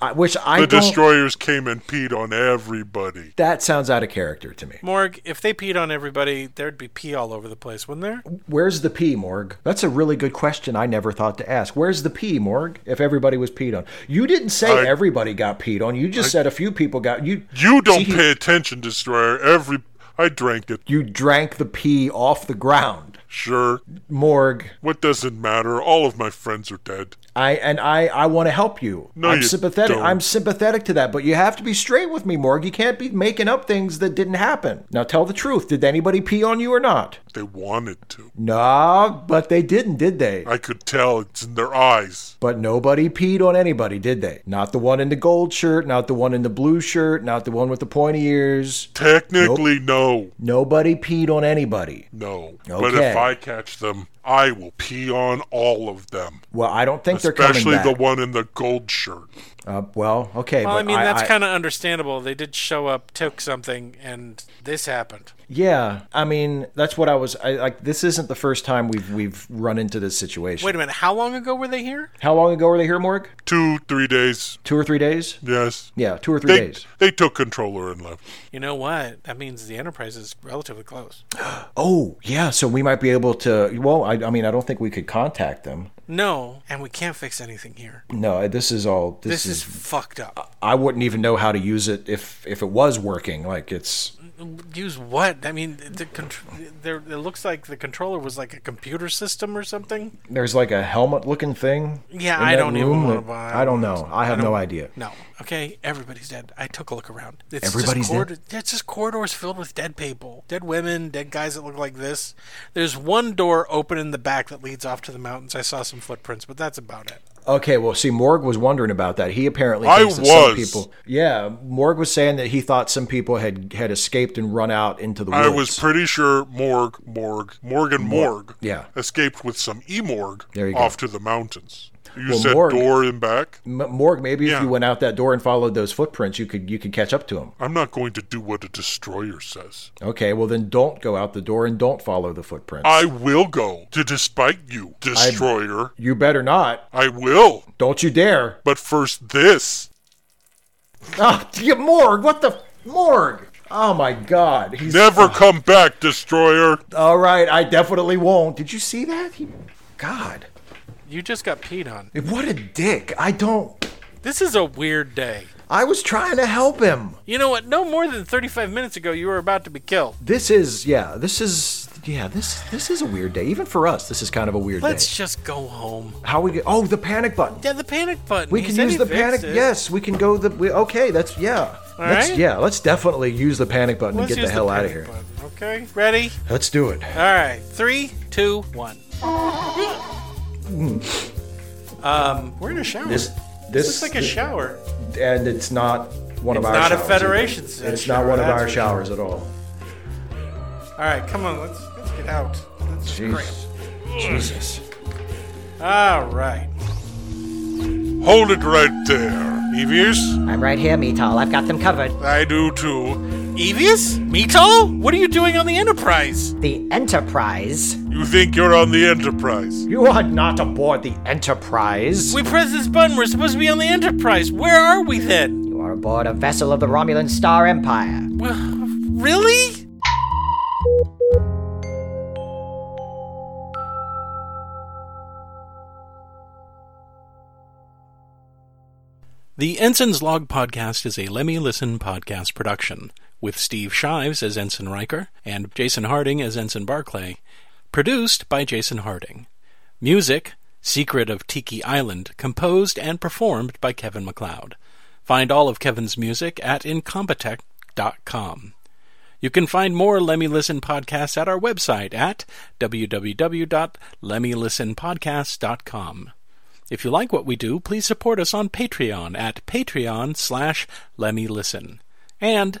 Speaker 2: I- which I
Speaker 5: The
Speaker 2: don't.
Speaker 5: destroyers came and peed on everybody.
Speaker 2: that sounds out of character to me.
Speaker 1: Morg, if they peed on everybody, there'd be pee all over the place, wouldn't there?
Speaker 2: Where's the pee, Morg? That's a really good question. I never thought to ask. Where's the pee, Morg? If everybody was peed on, you didn't say
Speaker 5: I-
Speaker 2: everybody got peed on. You just said a few people got you.
Speaker 5: You don't
Speaker 2: See, he-
Speaker 5: pay attention, destroyer. Every I drank it.
Speaker 2: You drank the pee off the ground,
Speaker 5: Sure.
Speaker 2: Morg.
Speaker 5: What does it matter? All of my friends are dead.
Speaker 2: I and I I want to help you.
Speaker 5: No,
Speaker 2: I'm
Speaker 5: you
Speaker 2: sympathetic.
Speaker 5: don't.
Speaker 2: I'm sympathetic to that, but you have to be straight with me, Morg. You can't be making up things that didn't happen. Now tell the truth. Did anybody pee on you or not?
Speaker 5: They wanted to.
Speaker 2: Nah, but they didn't, did they?
Speaker 5: I could tell it's in their eyes.
Speaker 2: But nobody peed on anybody, did they? Not the one in the gold shirt, not the one in the blue shirt, not the one with the pointy ears.
Speaker 5: Technically, no.
Speaker 2: Nobody peed on anybody.
Speaker 5: No. But
Speaker 2: Okay.
Speaker 5: if I catch them, I will pee on all of them.
Speaker 2: Well, I don't think
Speaker 5: Especially
Speaker 2: they're
Speaker 5: the
Speaker 2: coming back.
Speaker 5: one in the gold shirt.
Speaker 2: uh, well, okay.
Speaker 1: Well,
Speaker 2: but
Speaker 1: I mean, that's
Speaker 2: I-
Speaker 1: kind of understandable. They did show up, took something, and this happened.
Speaker 2: Yeah, I mean, that's what I was. I like. This isn't the first time we've we've run into this situation.
Speaker 1: Wait a minute. How long ago were they here?
Speaker 2: How long ago were they here, Morg?
Speaker 5: Two, three days.
Speaker 2: Two or three days?
Speaker 5: Yes.
Speaker 2: Yeah, two or three
Speaker 5: They,
Speaker 2: days.
Speaker 5: they took controller and left.
Speaker 1: You know what? That means the Enterprise is relatively close.
Speaker 2: Oh, yeah. So we might be able to. Well, I, I mean, I don't think we could contact them.
Speaker 1: No, and we can't fix anything here.
Speaker 2: No, this is all. This,
Speaker 1: This is
Speaker 2: is,
Speaker 1: fucked up.
Speaker 2: I wouldn't even know how to use it if if it was working. Like it's.
Speaker 1: Uh, Use what? I mean, the contr- there. It looks like the controller was like a computer system or something.
Speaker 2: There's like a helmet-looking thing.
Speaker 1: Yeah,
Speaker 2: in
Speaker 1: I
Speaker 2: that
Speaker 1: don't even
Speaker 2: room
Speaker 1: wanna
Speaker 2: that-
Speaker 1: buy-
Speaker 2: I don't know. I have no
Speaker 1: don't-
Speaker 2: idea.
Speaker 1: No. Okay, everybody's dead. I took a look around. It's
Speaker 2: Everybody's
Speaker 1: just corridor- It's just corridors filled with dead people, dead women, dead guys that look like this. There's one door open in the back that leads off to the mountains. I saw some footprints, but that's about it.
Speaker 2: Okay, well, see, Morg was wondering about that. He apparently
Speaker 5: I
Speaker 2: thinks that some
Speaker 5: was.
Speaker 2: people. Yeah, Morg was saying that he thought some people had had escaped and run out into the woods.
Speaker 5: I was pretty sure Morg, Morg, Morgan Morg
Speaker 2: yeah.
Speaker 5: escaped with some Emorg
Speaker 2: There you go.
Speaker 5: off to the mountains. You
Speaker 2: Well,
Speaker 5: said
Speaker 2: Morg-
Speaker 5: door and back?
Speaker 2: M- Morg, maybe if
Speaker 5: Yeah.
Speaker 2: you went out that door and followed those footprints, you could you could catch up to him.
Speaker 5: I'm not going to do what a destroyer says.
Speaker 2: Okay, well then don't go out the door and don't follow the footprints.
Speaker 5: I will go to despite you, destroyer.
Speaker 2: you better not.
Speaker 5: I will.
Speaker 2: Don't you dare.
Speaker 5: But first, this.
Speaker 2: Oh, you Morg, what the Morg? Oh my God, he's
Speaker 5: Never come back, destroyer.
Speaker 2: all right. I definitely won't. Did you see that? He, God,
Speaker 1: You just got peed on.
Speaker 2: what a dick. I don't.
Speaker 1: This is a weird day.
Speaker 2: I was trying to help him.
Speaker 1: You know what? No more than 35 minutes ago, you were about to be killed.
Speaker 2: This is yeah. This is yeah. This this is a weird day, even for us. This is kind of a weird
Speaker 1: Let's
Speaker 2: day.
Speaker 1: just go home.
Speaker 2: How we get? Oh, the panic button.
Speaker 1: Yeah, the panic button.
Speaker 2: We
Speaker 1: He
Speaker 2: can
Speaker 1: said
Speaker 2: use
Speaker 1: he
Speaker 2: the
Speaker 1: fixed
Speaker 2: panic.
Speaker 1: it.
Speaker 2: Yes, we can go the. We, okay, that's yeah. let's,
Speaker 1: right.
Speaker 2: Yeah, let's definitely use the panic button
Speaker 1: Let's
Speaker 2: and get
Speaker 1: use
Speaker 2: the hell out of
Speaker 1: panic
Speaker 2: here.
Speaker 1: button, Okay, ready?
Speaker 2: Let's do it.
Speaker 1: All right, three, two, one. Um, we're in a shower.
Speaker 2: This
Speaker 1: This,
Speaker 2: this
Speaker 1: looks like a shower.
Speaker 2: and it's not one of
Speaker 1: It's
Speaker 2: our.
Speaker 1: not a
Speaker 2: showers
Speaker 1: Federation
Speaker 2: either.
Speaker 1: set
Speaker 2: It's
Speaker 1: shower,
Speaker 2: not one of
Speaker 1: that's
Speaker 2: our
Speaker 1: for sure.
Speaker 2: showers at all.
Speaker 1: All right, come on, let's let's get out. Let's
Speaker 2: Jeez.
Speaker 1: cramp.
Speaker 2: Jesus.
Speaker 1: All right.
Speaker 5: Hold it right there. Evius?
Speaker 6: I'm right here, Meetal. I've got them covered.
Speaker 5: I do too.
Speaker 1: Evius? Mito? What are you doing on the Enterprise?
Speaker 6: The Enterprise.
Speaker 5: You think you're on the Enterprise?
Speaker 6: You are not aboard the Enterprise.
Speaker 1: We press this button, we're supposed to be on the Enterprise. Where are we then?
Speaker 6: You are aboard a vessel of the Romulan Star Empire.
Speaker 1: Well, really? The Ensign's Log podcast is a Lemmy Listen podcast production, with Steve Shives as Ensign Riker and Jason Harding as Ensign Barclay, produced by Jason Harding. Music, Secret of Tiki Island, composed and performed by Kevin McLeod. Find all of Kevin's music at incompetech.com. You can find more Lemmy Listen podcasts at our website at www.lemmylistenpodcast.com. If you like what we do, please support us on Patreon at patreon slash lemmylisten. And